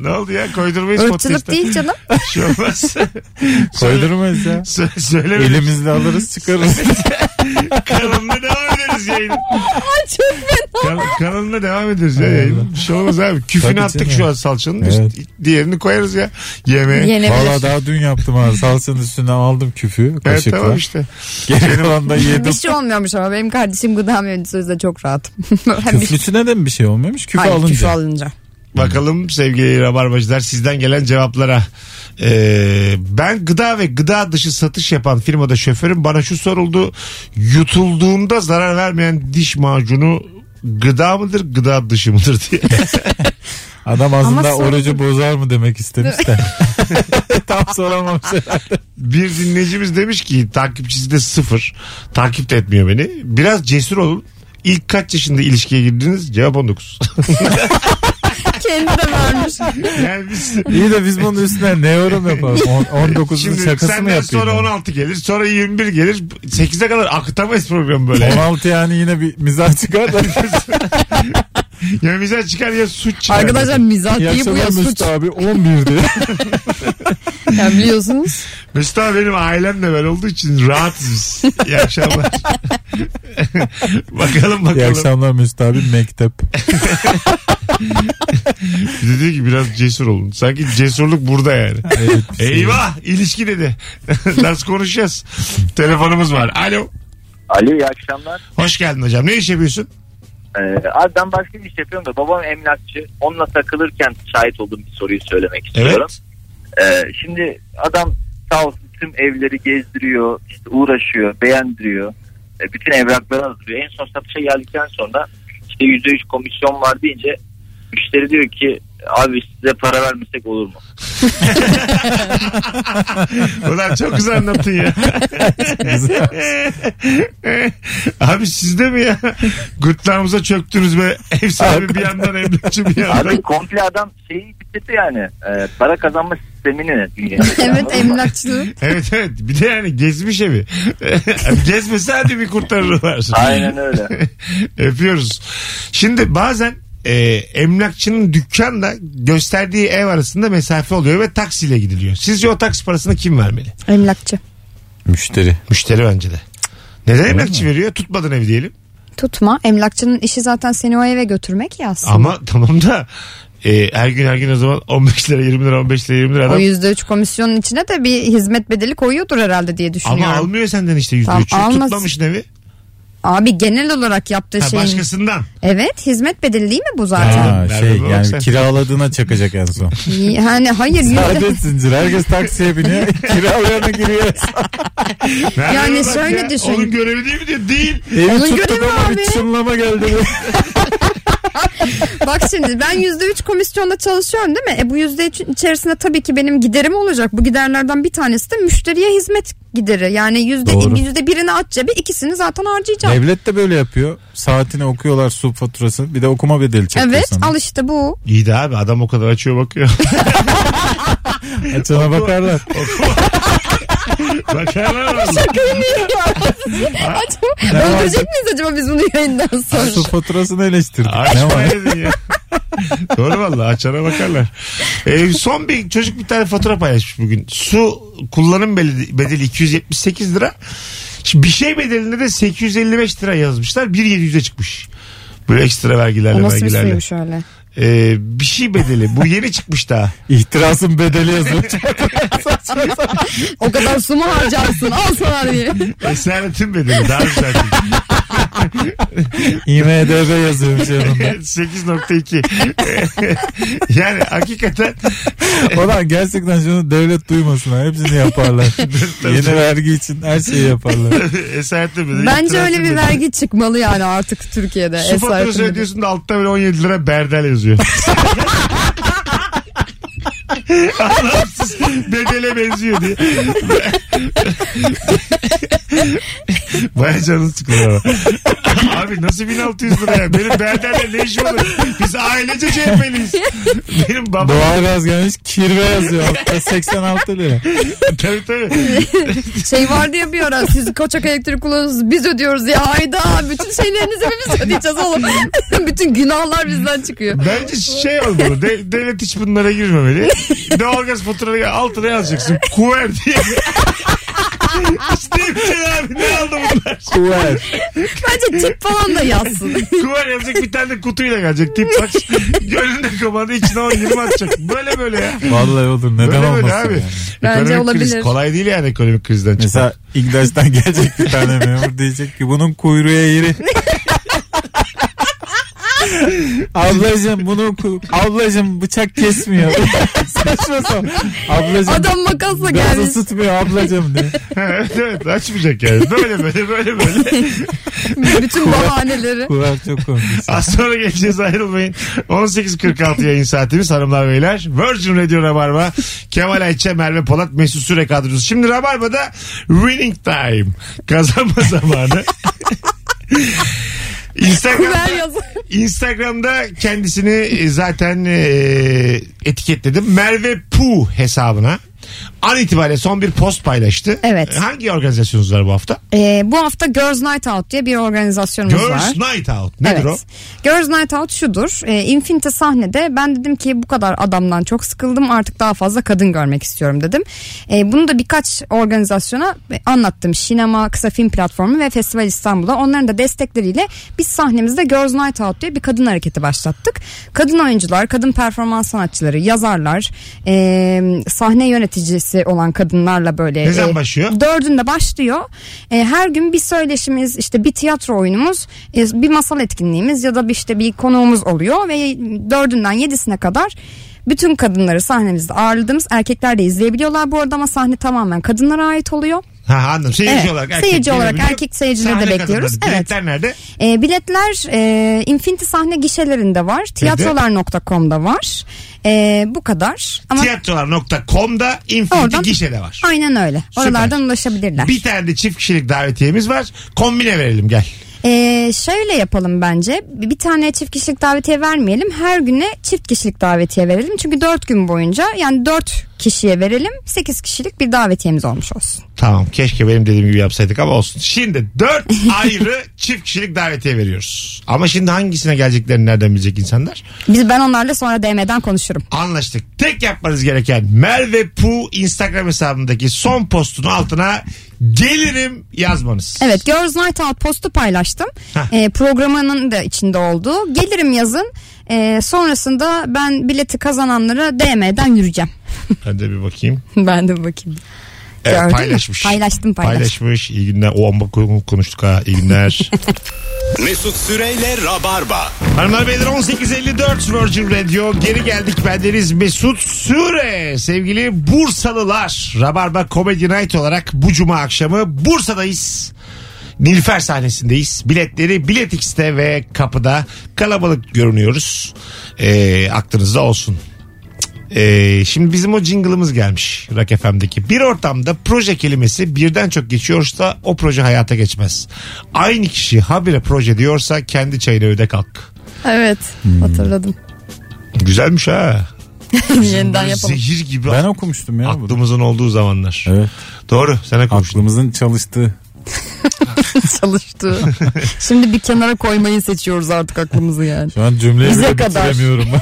Speaker 2: ne oldu ya koydurmayız
Speaker 4: Ölçülüp
Speaker 2: podcast'a.
Speaker 4: değil canım.
Speaker 2: Bir şey olmaz.
Speaker 3: Koydurmayız ya.
Speaker 2: Söyle, söyle
Speaker 3: Elimizle alırız çıkarırız.
Speaker 2: kanalına devam ederiz yayın.
Speaker 4: Çok fena.
Speaker 2: Kan, kanalına devam ederiz ya yayın. Bir şey olmaz abi. Küfünü
Speaker 3: Tabii
Speaker 2: attık
Speaker 3: canım.
Speaker 2: şu an salçanın.
Speaker 3: Evet.
Speaker 2: Üst- diğerini koyarız ya. Yemeğe.
Speaker 4: Yenebilir.
Speaker 3: Valla daha dün yaptım abi. Salçanın üstüne aldım küfü
Speaker 2: Evet
Speaker 3: kaşıkla.
Speaker 2: tamam işte.
Speaker 3: Geri kalan da yedim.
Speaker 4: Bir şey olmuyormuş ama benim kardeşim gıda mühendisi de çok rahat. Hem bir-
Speaker 3: Küflüsüne de mi bir şey olmuyormuş? Küfü
Speaker 4: Hayır,
Speaker 3: alınca.
Speaker 4: küfü alınca.
Speaker 2: Bakalım sevgili rabarbacılar sizden gelen cevaplara. Ee, ben gıda ve gıda dışı satış yapan firmada şoförüm. Bana şu soruldu. Yutulduğunda zarar vermeyen diş macunu gıda mıdır gıda dışı mıdır diye.
Speaker 3: Adam aslında
Speaker 4: sonra-
Speaker 3: orucu bozar mı demek istemiş de. Tam soramamış.
Speaker 2: Bir dinleyicimiz demiş ki takipçisi de sıfır. Takip de etmiyor beni. Biraz cesur olun. İlk kaç yaşında ilişkiye girdiniz? Cevap 19.
Speaker 4: Kendi de vermiş.
Speaker 2: yani biz
Speaker 3: İyi de biz bunun üstüne ne yorum yapalım?
Speaker 2: şimdi
Speaker 3: 19'un şakası mı
Speaker 2: senden
Speaker 3: yapayım?
Speaker 2: sonra
Speaker 3: yani?
Speaker 2: 16 gelir sonra 21 gelir 8'e kadar akıtamayız programı böyle.
Speaker 3: 16 yani yine bir mizah çıkar da.
Speaker 2: ya mizah çıkar ya suç çıkar.
Speaker 4: Arkadaşlar mizah
Speaker 3: İyi
Speaker 4: değil bu ya
Speaker 3: akşamlar
Speaker 4: suç.
Speaker 3: Mesut abi 11 diye.
Speaker 4: Yani biliyorsunuz.
Speaker 2: Mesut abi benim ailemle ben olduğu için rahatız biz. İyi akşamlar. bakalım
Speaker 3: İyi
Speaker 2: bakalım.
Speaker 3: akşamlar Mesut abi mektep.
Speaker 2: Dedi ki biraz cesur olun. Sanki cesurluk burada yani.
Speaker 3: Evet,
Speaker 2: Eyvah ilişki dedi. Nasıl konuşacağız? Telefonumuz var. Alo.
Speaker 7: Ali iyi akşamlar.
Speaker 2: Hoş geldin hocam. Ne iş yapıyorsun?
Speaker 7: Ee, abi ben başka bir iş yapıyorum da babam emlakçı. Onunla takılırken şahit olduğum bir soruyu söylemek istiyorum. Ee, şimdi adam sağ olsun tüm evleri gezdiriyor, işte uğraşıyor, beğendiriyor. Ee, bütün evrakları hazırlıyor. En son satışa geldikten sonra işte %3 komisyon var deyince müşteri diyor ki abi size para vermesek olur mu?
Speaker 2: Ulan çok güzel anlattın ya. Abi siz de mi ya? Gırtlağımıza çöktünüz ve ev sahibi bir yandan emlakçı bir yandan.
Speaker 7: Abi komple adam şeyi bitirdi yani. Ee, para kazanma sistemini dünyada.
Speaker 4: Evet
Speaker 7: Anladın mı?
Speaker 4: emlakçılık.
Speaker 2: Evet evet. Bir de yani gezmiş evi. Gezmese hadi bir kurtarırlar.
Speaker 7: Aynen öyle.
Speaker 2: Öpüyoruz. Şimdi bazen e, emlakçının dükkanla gösterdiği ev arasında mesafe oluyor ve taksiyle gidiliyor. Sizce o taksi parasını kim vermeli?
Speaker 4: Emlakçı.
Speaker 3: Müşteri.
Speaker 2: Müşteri bence de. Neden emlakçı veriyor? Tutmadın evi diyelim.
Speaker 4: Tutma. Emlakçının işi zaten seni o eve götürmek ya aslında.
Speaker 2: Ama tamam da e, her gün her gün o zaman 15 lira 20 lira 15 lira 20 lira
Speaker 4: O
Speaker 2: adam.
Speaker 4: yüzde üç komisyonun içine de bir hizmet bedeli koyuyordur herhalde diye
Speaker 2: Ama
Speaker 4: düşünüyorum.
Speaker 2: almıyor senden işte %3'ü.
Speaker 4: Tamam, almasın.
Speaker 2: Tutmamışsın evi.
Speaker 4: Abi genel olarak yaptığı
Speaker 2: Ha,
Speaker 4: şeyin.
Speaker 2: başkasından.
Speaker 4: Evet hizmet bedeli değil mi bu zaten?
Speaker 3: Ha,
Speaker 2: Nerede
Speaker 3: şey
Speaker 2: bu?
Speaker 3: yani
Speaker 2: Baksana.
Speaker 3: kiraladığına çakacak en son.
Speaker 4: Yani hayır yüzde.
Speaker 3: Sadece zincir. Herkes taksiye biniyor. kiralayana giriyor.
Speaker 2: Nerede bak
Speaker 4: şöyle
Speaker 2: ya?
Speaker 4: düşün.
Speaker 2: Onun görevi değil mi diyor? Değil.
Speaker 3: Evi
Speaker 4: Onun
Speaker 3: tuttuk
Speaker 4: görevi
Speaker 3: ama
Speaker 4: abi.
Speaker 3: bir çınlama geldi.
Speaker 4: Bak şimdi ben yüzde üç komisyonda çalışıyorum değil mi? E bu yüzde üç içerisinde tabii ki benim giderim olacak. Bu giderlerden bir tanesi de müşteriye hizmet gideri. Yani yüzde,
Speaker 3: Doğru.
Speaker 4: yüzde birini at cebi ikisini zaten harcayacağım.
Speaker 3: Devlet de böyle yapıyor. Saatine okuyorlar su faturası. Bir de okuma bedeli çekiyor
Speaker 4: Evet
Speaker 3: sana.
Speaker 4: al işte bu.
Speaker 2: İyi de abi adam o kadar açıyor bakıyor.
Speaker 3: Açana bakarlar.
Speaker 2: Bakarlar valla.
Speaker 4: acaba öldürecek miyiz acaba biz bunu yayından
Speaker 3: su
Speaker 4: sonra?
Speaker 3: faturasını eleştirdik. Ne
Speaker 2: Açma
Speaker 3: var?
Speaker 2: dedin ya. Doğru valla açana bakarlar. Ee, son bir çocuk bir tane fatura paylaşmış bugün. Su kullanım bedeli, bedeli 278 lira. Şimdi bir şey bedelinde de 855 lira yazmışlar. 1.700'e çıkmış. Böyle ekstra vergilerle
Speaker 4: O nasıl bir
Speaker 2: vergilerle.
Speaker 4: suymuş öyle?
Speaker 2: Ee, bir şey bedeli. Bu yeni çıkmış daha.
Speaker 3: İhtirasın bedeli yazıyor.
Speaker 4: O kadar su mu harcarsın? Al sana diye.
Speaker 2: Esaretin E, bedeli. Daha güzel. değil.
Speaker 3: IMDB yazıyormuş yanında.
Speaker 2: 8.2 yani hakikaten
Speaker 3: Ulan gerçekten şunu devlet duymasın. ha. Hepsini yaparlar. Yeni vergi için her şeyi yaparlar.
Speaker 2: esaretin E, bedeli.
Speaker 4: Bence öyle
Speaker 2: itirazın
Speaker 4: bir
Speaker 2: bedeli.
Speaker 4: vergi çıkmalı yani artık Türkiye'de.
Speaker 2: Su faturası
Speaker 4: Esaretin
Speaker 2: ödüyorsun da altta böyle 17 lira berdel yazıyor. Anlamsız bedele benziyor diye. Baya canım sıkılıyor ama. Abi nasıl 1600 lira ya? Benim berdelle ne işim olur? Biz ailece CHP'liyiz. Benim babam
Speaker 3: Doğal gaz gelmiş kirve yazıyor. Altta 86 lira.
Speaker 2: tabii tabii.
Speaker 4: bedeli. Şey vardı ya bir ara siz kaçak elektrik kullanıyorsunuz biz ödüyoruz ya. Hayda bütün şeylerinizi mi biz ödeyeceğiz oğlum? bütün günahlar bizden çıkıyor.
Speaker 2: Bence şey olmalı. de- devlet hiç bunlara girmemeli. Doğalgaz faturayı altına yazacaksın. Kuver diye. işte abi ne aldı bunlar?
Speaker 3: Kuver.
Speaker 4: Bence tip falan da yazsın.
Speaker 2: Kuver yazacak bir tane de kutuyla gelecek. Tip bak. Gönlünde komanda içine 10 20 atacak. Böyle böyle ya.
Speaker 3: Vallahi olur. Neden
Speaker 2: Böyle böyle
Speaker 3: olmasın
Speaker 2: abi.
Speaker 3: yani.
Speaker 4: Bence
Speaker 2: Ekonomik
Speaker 4: olabilir.
Speaker 2: Kriz. Kolay değil yani ekonomik krizden çıkmak.
Speaker 3: Mesela İgdaş'tan gelecek bir tane memur diyecek ki bunun kuyruğu eğri. ablacım bunun ku- ablacım bıçak kesmiyor. Saçma sapan. Ablacım
Speaker 4: Adam makasla
Speaker 3: gaz
Speaker 4: gelmiş.
Speaker 3: ısıtmıyor ablacım diye.
Speaker 2: Ha, evet, evet açmayacak yani. Böyle böyle böyle böyle.
Speaker 4: bütün bahaneleri.
Speaker 3: Kuvar çok komik.
Speaker 2: Az sonra geleceğiz ayrılmayın. 18.46 yayın saatimiz hanımlar beyler. Virgin Radio Rabarba. Kemal Ayça, Merve Polat, Mesut Süre kadrosu. Şimdi Rabarba'da winning time. Kazanma zamanı.
Speaker 4: Kuver
Speaker 2: Instagram'da,
Speaker 4: yazın.
Speaker 2: Instagram'da kendisini zaten e, etiketledim. Merve Pu hesabına. An itibariyle son bir post paylaştı.
Speaker 4: Evet.
Speaker 2: Hangi organizasyonunuz var bu hafta?
Speaker 4: Ee, bu hafta Girls Night Out diye bir organizasyonumuz var.
Speaker 2: Girls Night Out. Nedir
Speaker 4: evet.
Speaker 2: o?
Speaker 4: Girls Night Out şudur. E, Infinity sahnede ben dedim ki bu kadar adamdan çok sıkıldım artık daha fazla kadın görmek istiyorum dedim. E, bunu da birkaç organizasyona e, anlattım. Sinema, Kısa Film Platformu ve Festival İstanbul'a. Onların da destekleriyle biz sahnemizde Girls Night Out diye bir kadın hareketi başlattık. Kadın oyuncular, kadın performans sanatçıları, yazarlar, e, sahne yöneticisi olan kadınlarla böyle.
Speaker 2: Ne zaman
Speaker 4: e,
Speaker 2: başlıyor?
Speaker 4: Dördünde başlıyor. E, her gün bir söyleşimiz, işte bir tiyatro oyunumuz, e, bir masal etkinliğimiz ya da bir işte bir konuğumuz oluyor ve dördünden yedisine kadar bütün kadınları sahnemizde ağırladığımız erkekler de izleyebiliyorlar bu arada ama sahne tamamen kadınlara ait oluyor.
Speaker 2: Ha anladım. Seyirci
Speaker 4: Evet.
Speaker 2: olarak
Speaker 4: Seyirci
Speaker 2: gelebiliyor.
Speaker 4: olarak erkek seyircileri de
Speaker 2: Sahne
Speaker 4: bekliyoruz.
Speaker 2: kadınları.
Speaker 4: Evet.
Speaker 2: Biletler nerede?
Speaker 4: E, biletler e, Infinity sahne gişelerinde var, tiyatrolar.com'da var. E, bu kadar. Ama
Speaker 2: Tiyatrolar.com'da infinity
Speaker 4: oradan
Speaker 2: gişede var.
Speaker 4: Aynen öyle. Oralardan ulaşabilirler.
Speaker 2: Bir tane de çift kişilik davetiyemiz var. Kombine verelim gel.
Speaker 4: Ee, şöyle yapalım bence. Bir tane çift kişilik davetiye vermeyelim. Her güne çift kişilik davetiye verelim. Çünkü 4 gün boyunca yani 4 kişiye verelim. 8 kişilik bir davetiyemiz olmuş olsun.
Speaker 2: Tamam keşke benim dediğim gibi yapsaydık ama olsun. Şimdi dört ayrı çift kişilik davetiye veriyoruz. Ama şimdi hangisine geleceklerini nereden bilecek insanlar?
Speaker 4: Biz ben onlarla sonra DM'den konuşurum.
Speaker 2: Anlaştık. Tek yapmanız gereken Merve Pu Instagram hesabındaki son postun altına gelirim yazmanız.
Speaker 4: Evet Girls Night Out postu paylaştım.
Speaker 2: Heh.
Speaker 4: Ee, programının da içinde olduğu. Gelirim yazın. Ee, sonrasında ben bileti kazananlara DM'den yürüyeceğim.
Speaker 2: Ben de bir bakayım.
Speaker 4: ben de bakayım.
Speaker 2: Evet,
Speaker 4: Gördün mü?
Speaker 2: paylaşmış.
Speaker 4: Paylaştım paylaştım.
Speaker 2: Paylaşmış. İyi günler. O amba konuştuk ha. İyi günler.
Speaker 1: Mesut Süreyle Rabarba.
Speaker 2: Hanımlar beyler 1854 Virgin Radio geri geldik bendeniz Mesut Süre sevgili Bursalılar Rabarba Comedy Night olarak bu cuma akşamı Bursa'dayız. Nilüfer sahnesindeyiz. Biletleri Bilet X'te ve kapıda kalabalık görünüyoruz. Ee, aklınızda olsun. Ee, şimdi bizim o jingle'ımız gelmiş Rock FM'deki. Bir ortamda proje kelimesi birden çok geçiyorsa o proje hayata geçmez. Aynı kişi habire proje diyorsa kendi çayını öde kalk.
Speaker 4: Evet
Speaker 2: Hmm.
Speaker 4: hatırladım.
Speaker 2: Güzelmiş ha.
Speaker 4: Yeniden yapalım.
Speaker 2: Zehir gibi
Speaker 3: Ben okumuştum ya bunu.
Speaker 2: aklımızın olduğu zamanlar.
Speaker 3: Evet.
Speaker 2: Doğru sen okumuştun.
Speaker 3: Aklımızın çalıştığı.
Speaker 4: Çalıştı. Şimdi bir kenara koymayı seçiyoruz artık aklımızı yani.
Speaker 3: Şu an cümleyi
Speaker 4: Bize
Speaker 3: bile
Speaker 4: kadar.
Speaker 3: bitiremiyorum. ben.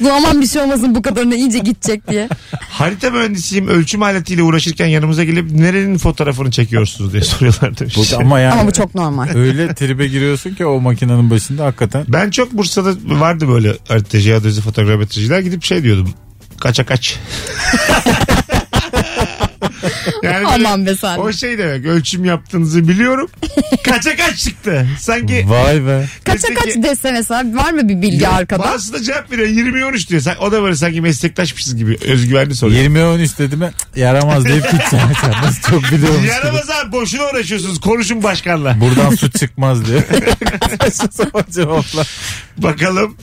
Speaker 4: Bu aman bir şey olmasın bu kadarına iyice gidecek diye.
Speaker 2: Harita mühendisiyim ölçüm aletiyle uğraşırken yanımıza gelip nerenin fotoğrafını çekiyorsunuz diye soruyorlar demiş.
Speaker 3: Bu- Ama yani
Speaker 4: Ama bu çok normal.
Speaker 3: öyle tribe giriyorsun ki o makinenin başında hakikaten.
Speaker 2: Ben çok Bursa'da vardı böyle haritacı, adresi, fotoğrafçılar gidip şey diyordum. Kaça kaç. yani böyle
Speaker 4: Aman be sen.
Speaker 2: o şey demek ölçüm yaptığınızı biliyorum. Kaça kaç çıktı. Sanki
Speaker 3: Vay be.
Speaker 4: Kaça kaç dese mesela var mı bir bilgi arkada?
Speaker 2: Bazısı da cevap veriyor 20 13 diyor. Sa- O da böyle sanki meslektaşmışız gibi özgüvenli soruyor.
Speaker 3: 20 13 dedim ben "Cık, yaramaz deyip gideceğim. Sen Nasıl çok biliyormuş gibi.
Speaker 2: Yaramaz abi boşuna uğraşıyorsunuz. Konuşun başkanla.
Speaker 3: Buradan su çıkmaz diyor. Saçma sapan cevaplar.
Speaker 2: Bakalım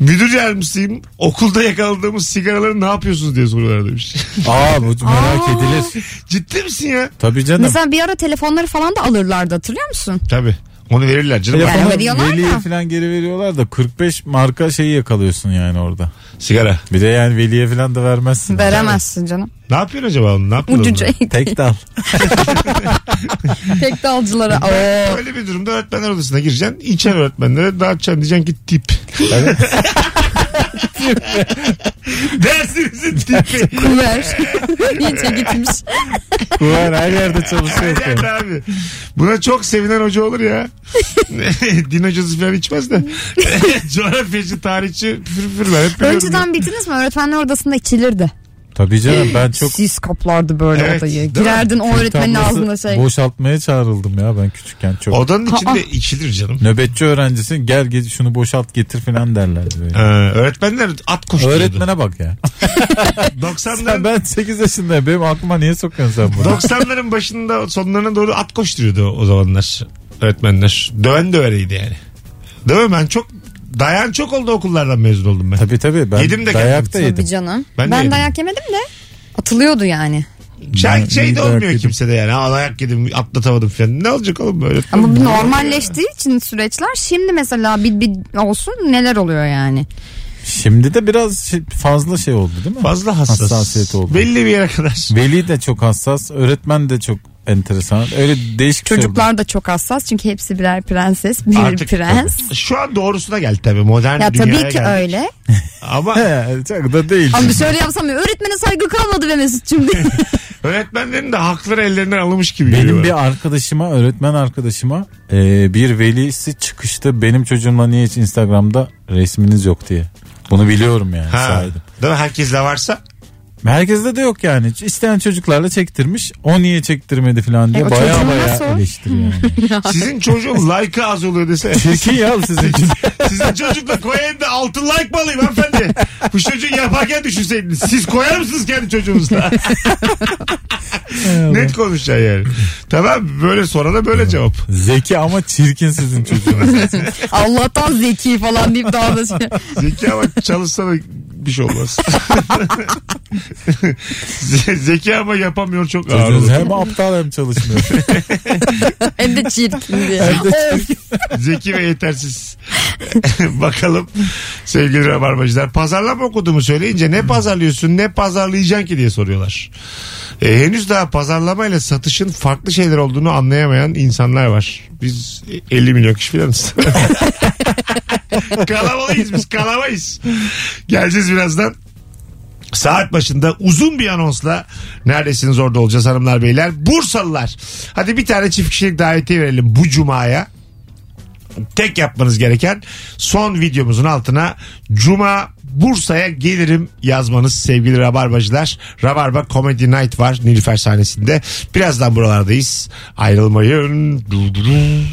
Speaker 2: müdür yardımcısıyım. Okulda yakaladığımız sigaraları ne yapıyorsunuz diye soruyorlar demiş.
Speaker 3: Aa bu merak edilir.
Speaker 2: Ciddi misin ya?
Speaker 3: Tabii canım.
Speaker 4: Mesela bir ara telefonları falan da alırlardı hatırlıyor musun?
Speaker 2: Tabii. Onu verirler canım.
Speaker 4: Telefon-
Speaker 3: Telefonu
Speaker 4: veriyorlar
Speaker 3: veliye
Speaker 4: da.
Speaker 3: falan geri veriyorlar da 45 marka şeyi yakalıyorsun yani orada.
Speaker 2: Sigara.
Speaker 3: Bir de yani veliye falan da vermezsin.
Speaker 4: Veremezsin canım.
Speaker 2: Ne yapıyorsun acaba onu? Ne yapıyorsun?
Speaker 4: Ucuca
Speaker 3: Tek dal.
Speaker 4: tek dalcılara. Oo.
Speaker 2: Öyle bir durumda öğretmenler odasına gireceksin. İçen öğretmenlere dağıtacaksın diyeceksin ki tip. Dersinizin tipi.
Speaker 4: Kuver. İyice gitmiş.
Speaker 3: Bu var her yerde çalışıyor.
Speaker 2: Yani abi. Buna çok sevinen hoca olur ya. Din hocası falan içmez de. Coğrafyacı, tarihçi püfür püfür ben hep biliyorum.
Speaker 4: Önceden bildiniz mi? Öğretmenler odasında içilirdi.
Speaker 3: Tabii canım ben çok
Speaker 4: Sis kaplardı böyle
Speaker 2: Evet, değil
Speaker 4: odayı.
Speaker 2: mi?
Speaker 4: Girerdin o öğretmenin
Speaker 3: tablası
Speaker 4: ağzına şey.
Speaker 3: Boşaltmaya çağrıldım ya ben küçükken çok.
Speaker 2: Odanın
Speaker 4: Ha, ah.
Speaker 2: içinde içilir canım.
Speaker 3: Nöbetçi öğrencisin gel git şunu boşalt getir falan derlerdi.
Speaker 2: Ee,
Speaker 3: Böyle.
Speaker 2: öğretmenler at koşturuyordu.
Speaker 3: Öğretmene bak ya.
Speaker 2: 90'ların,
Speaker 3: Sen ben 8 yaşındayım benim aklıma niye sokuyorsun sen bunu?
Speaker 2: 90'ların başında sonlarına doğru at koşturuyordu o zamanlar öğretmenler. Döven de öyleydi yani. Değil mi? Ben çok dayan çok oldu okullardan mezun oldum ben.
Speaker 3: Tabii tabii ben
Speaker 2: Yedim de
Speaker 3: dayak da
Speaker 2: kendim.
Speaker 4: Tabii
Speaker 3: yedim.
Speaker 4: canım.
Speaker 2: Ben de
Speaker 4: Ben,
Speaker 2: yedim.
Speaker 4: dayak yemedim de atılıyordu yani.
Speaker 2: Şey,
Speaker 3: Ben
Speaker 2: şey
Speaker 3: iyi
Speaker 2: de
Speaker 3: dayak
Speaker 2: olmuyor
Speaker 3: yedim.
Speaker 2: kimsede yani. Aa, dayak yedim atlatamadım falan. Ne olacak oğlum böyle?
Speaker 4: Ama bu normalleştiği için süreçler şimdi mesela bir, bir olsun neler oluyor yani.
Speaker 3: Şimdi de biraz şey- fazla şey oldu değil mi?
Speaker 2: Fazla hassas.
Speaker 3: Hassasiyet oldu.
Speaker 2: Belli bir yere kadar.
Speaker 3: Veli de çok hassas, öğretmen de çok enteresan. Öyle değişik şey oldu.
Speaker 4: Çocuklar da çok hassas çünkü hepsi birer prenses, bir prens.
Speaker 2: Şu an doğrusuna geldi tabii. Modern
Speaker 4: Ya
Speaker 2: dünyaya
Speaker 4: tabii ki
Speaker 2: geldik.
Speaker 4: öyle.
Speaker 2: Ama
Speaker 3: şey He, çok da değil.
Speaker 4: Ama bir şöyle yapsam ya, öğretmene saygı kalmadı be Mesut şimdi.
Speaker 2: öğretmenlerin de hakları ellerinden alınmış gibi
Speaker 3: Benim
Speaker 2: geliyor.
Speaker 3: bir arkadaşıma, öğretmen arkadaşıma e, bir velisi çıkıştı. Benim çocuğumla niye hiç Instagram'da resminiz yok diye. Bunu biliyorum yani
Speaker 2: Ha,
Speaker 3: sahidim.
Speaker 2: değil mi? Herkes de varsa.
Speaker 3: Herkeste de yok yani. İsteyen çocuklarla çektirmiş. O niye çektirmedi falan diye.
Speaker 4: E, o
Speaker 3: baya
Speaker 4: çocuğu nasıl?
Speaker 3: baya eleştiriyor. Yani.
Speaker 2: Sizin çocuğun like'ı az oluyor dese.
Speaker 3: Çirkin ya sizin için.
Speaker 2: Sizin çocukla koyayım da altın like mı alayım hanımefendi? Bu çocuğu yaparken düşünseydiniz. Siz koyar mısınız kendi çocuğunuzla? Net konuşacaksın yani. Tamam böyle sonra da böyle cevap.
Speaker 3: Zeki ama çirkin sizin çocuğunuz.
Speaker 4: Allah'tan zeki falan deyip daha da şey.
Speaker 2: Zeki ama çalışsa da bir şey olmaz. Ze- Zeki ama yapamıyor çok ağır
Speaker 3: Çocuğunuz
Speaker 2: olur.
Speaker 3: hem aptal hem çalışmıyor.
Speaker 4: Hem de çirkin diye.
Speaker 3: Hem de çirkin.
Speaker 2: Zeki ve yetersiz. Bakalım sevgili rabarbacılar. Pazarlama okuduğumu söyleyince ne pazarlıyorsun ne pazarlayacaksın ki diye soruyorlar. E, henüz daha pazarlamayla satışın farklı şeyler olduğunu anlayamayan insanlar var. Biz 50 milyon kişi filanız. Kalabalıyız biz kalabayız. Geleceğiz birazdan. Saat başında uzun bir anonsla neredesiniz orada olacağız hanımlar beyler. Bursalılar. Hadi bir tane çift kişilik davetiye verelim bu cumaya. Tek yapmanız gereken son videomuzun altına Cuma Bursa'ya gelirim yazmanız sevgili Rabarbacılar. Rabarba Comedy Night var Nilüfer sahnesinde. Birazdan buralardayız. Ayrılmayın.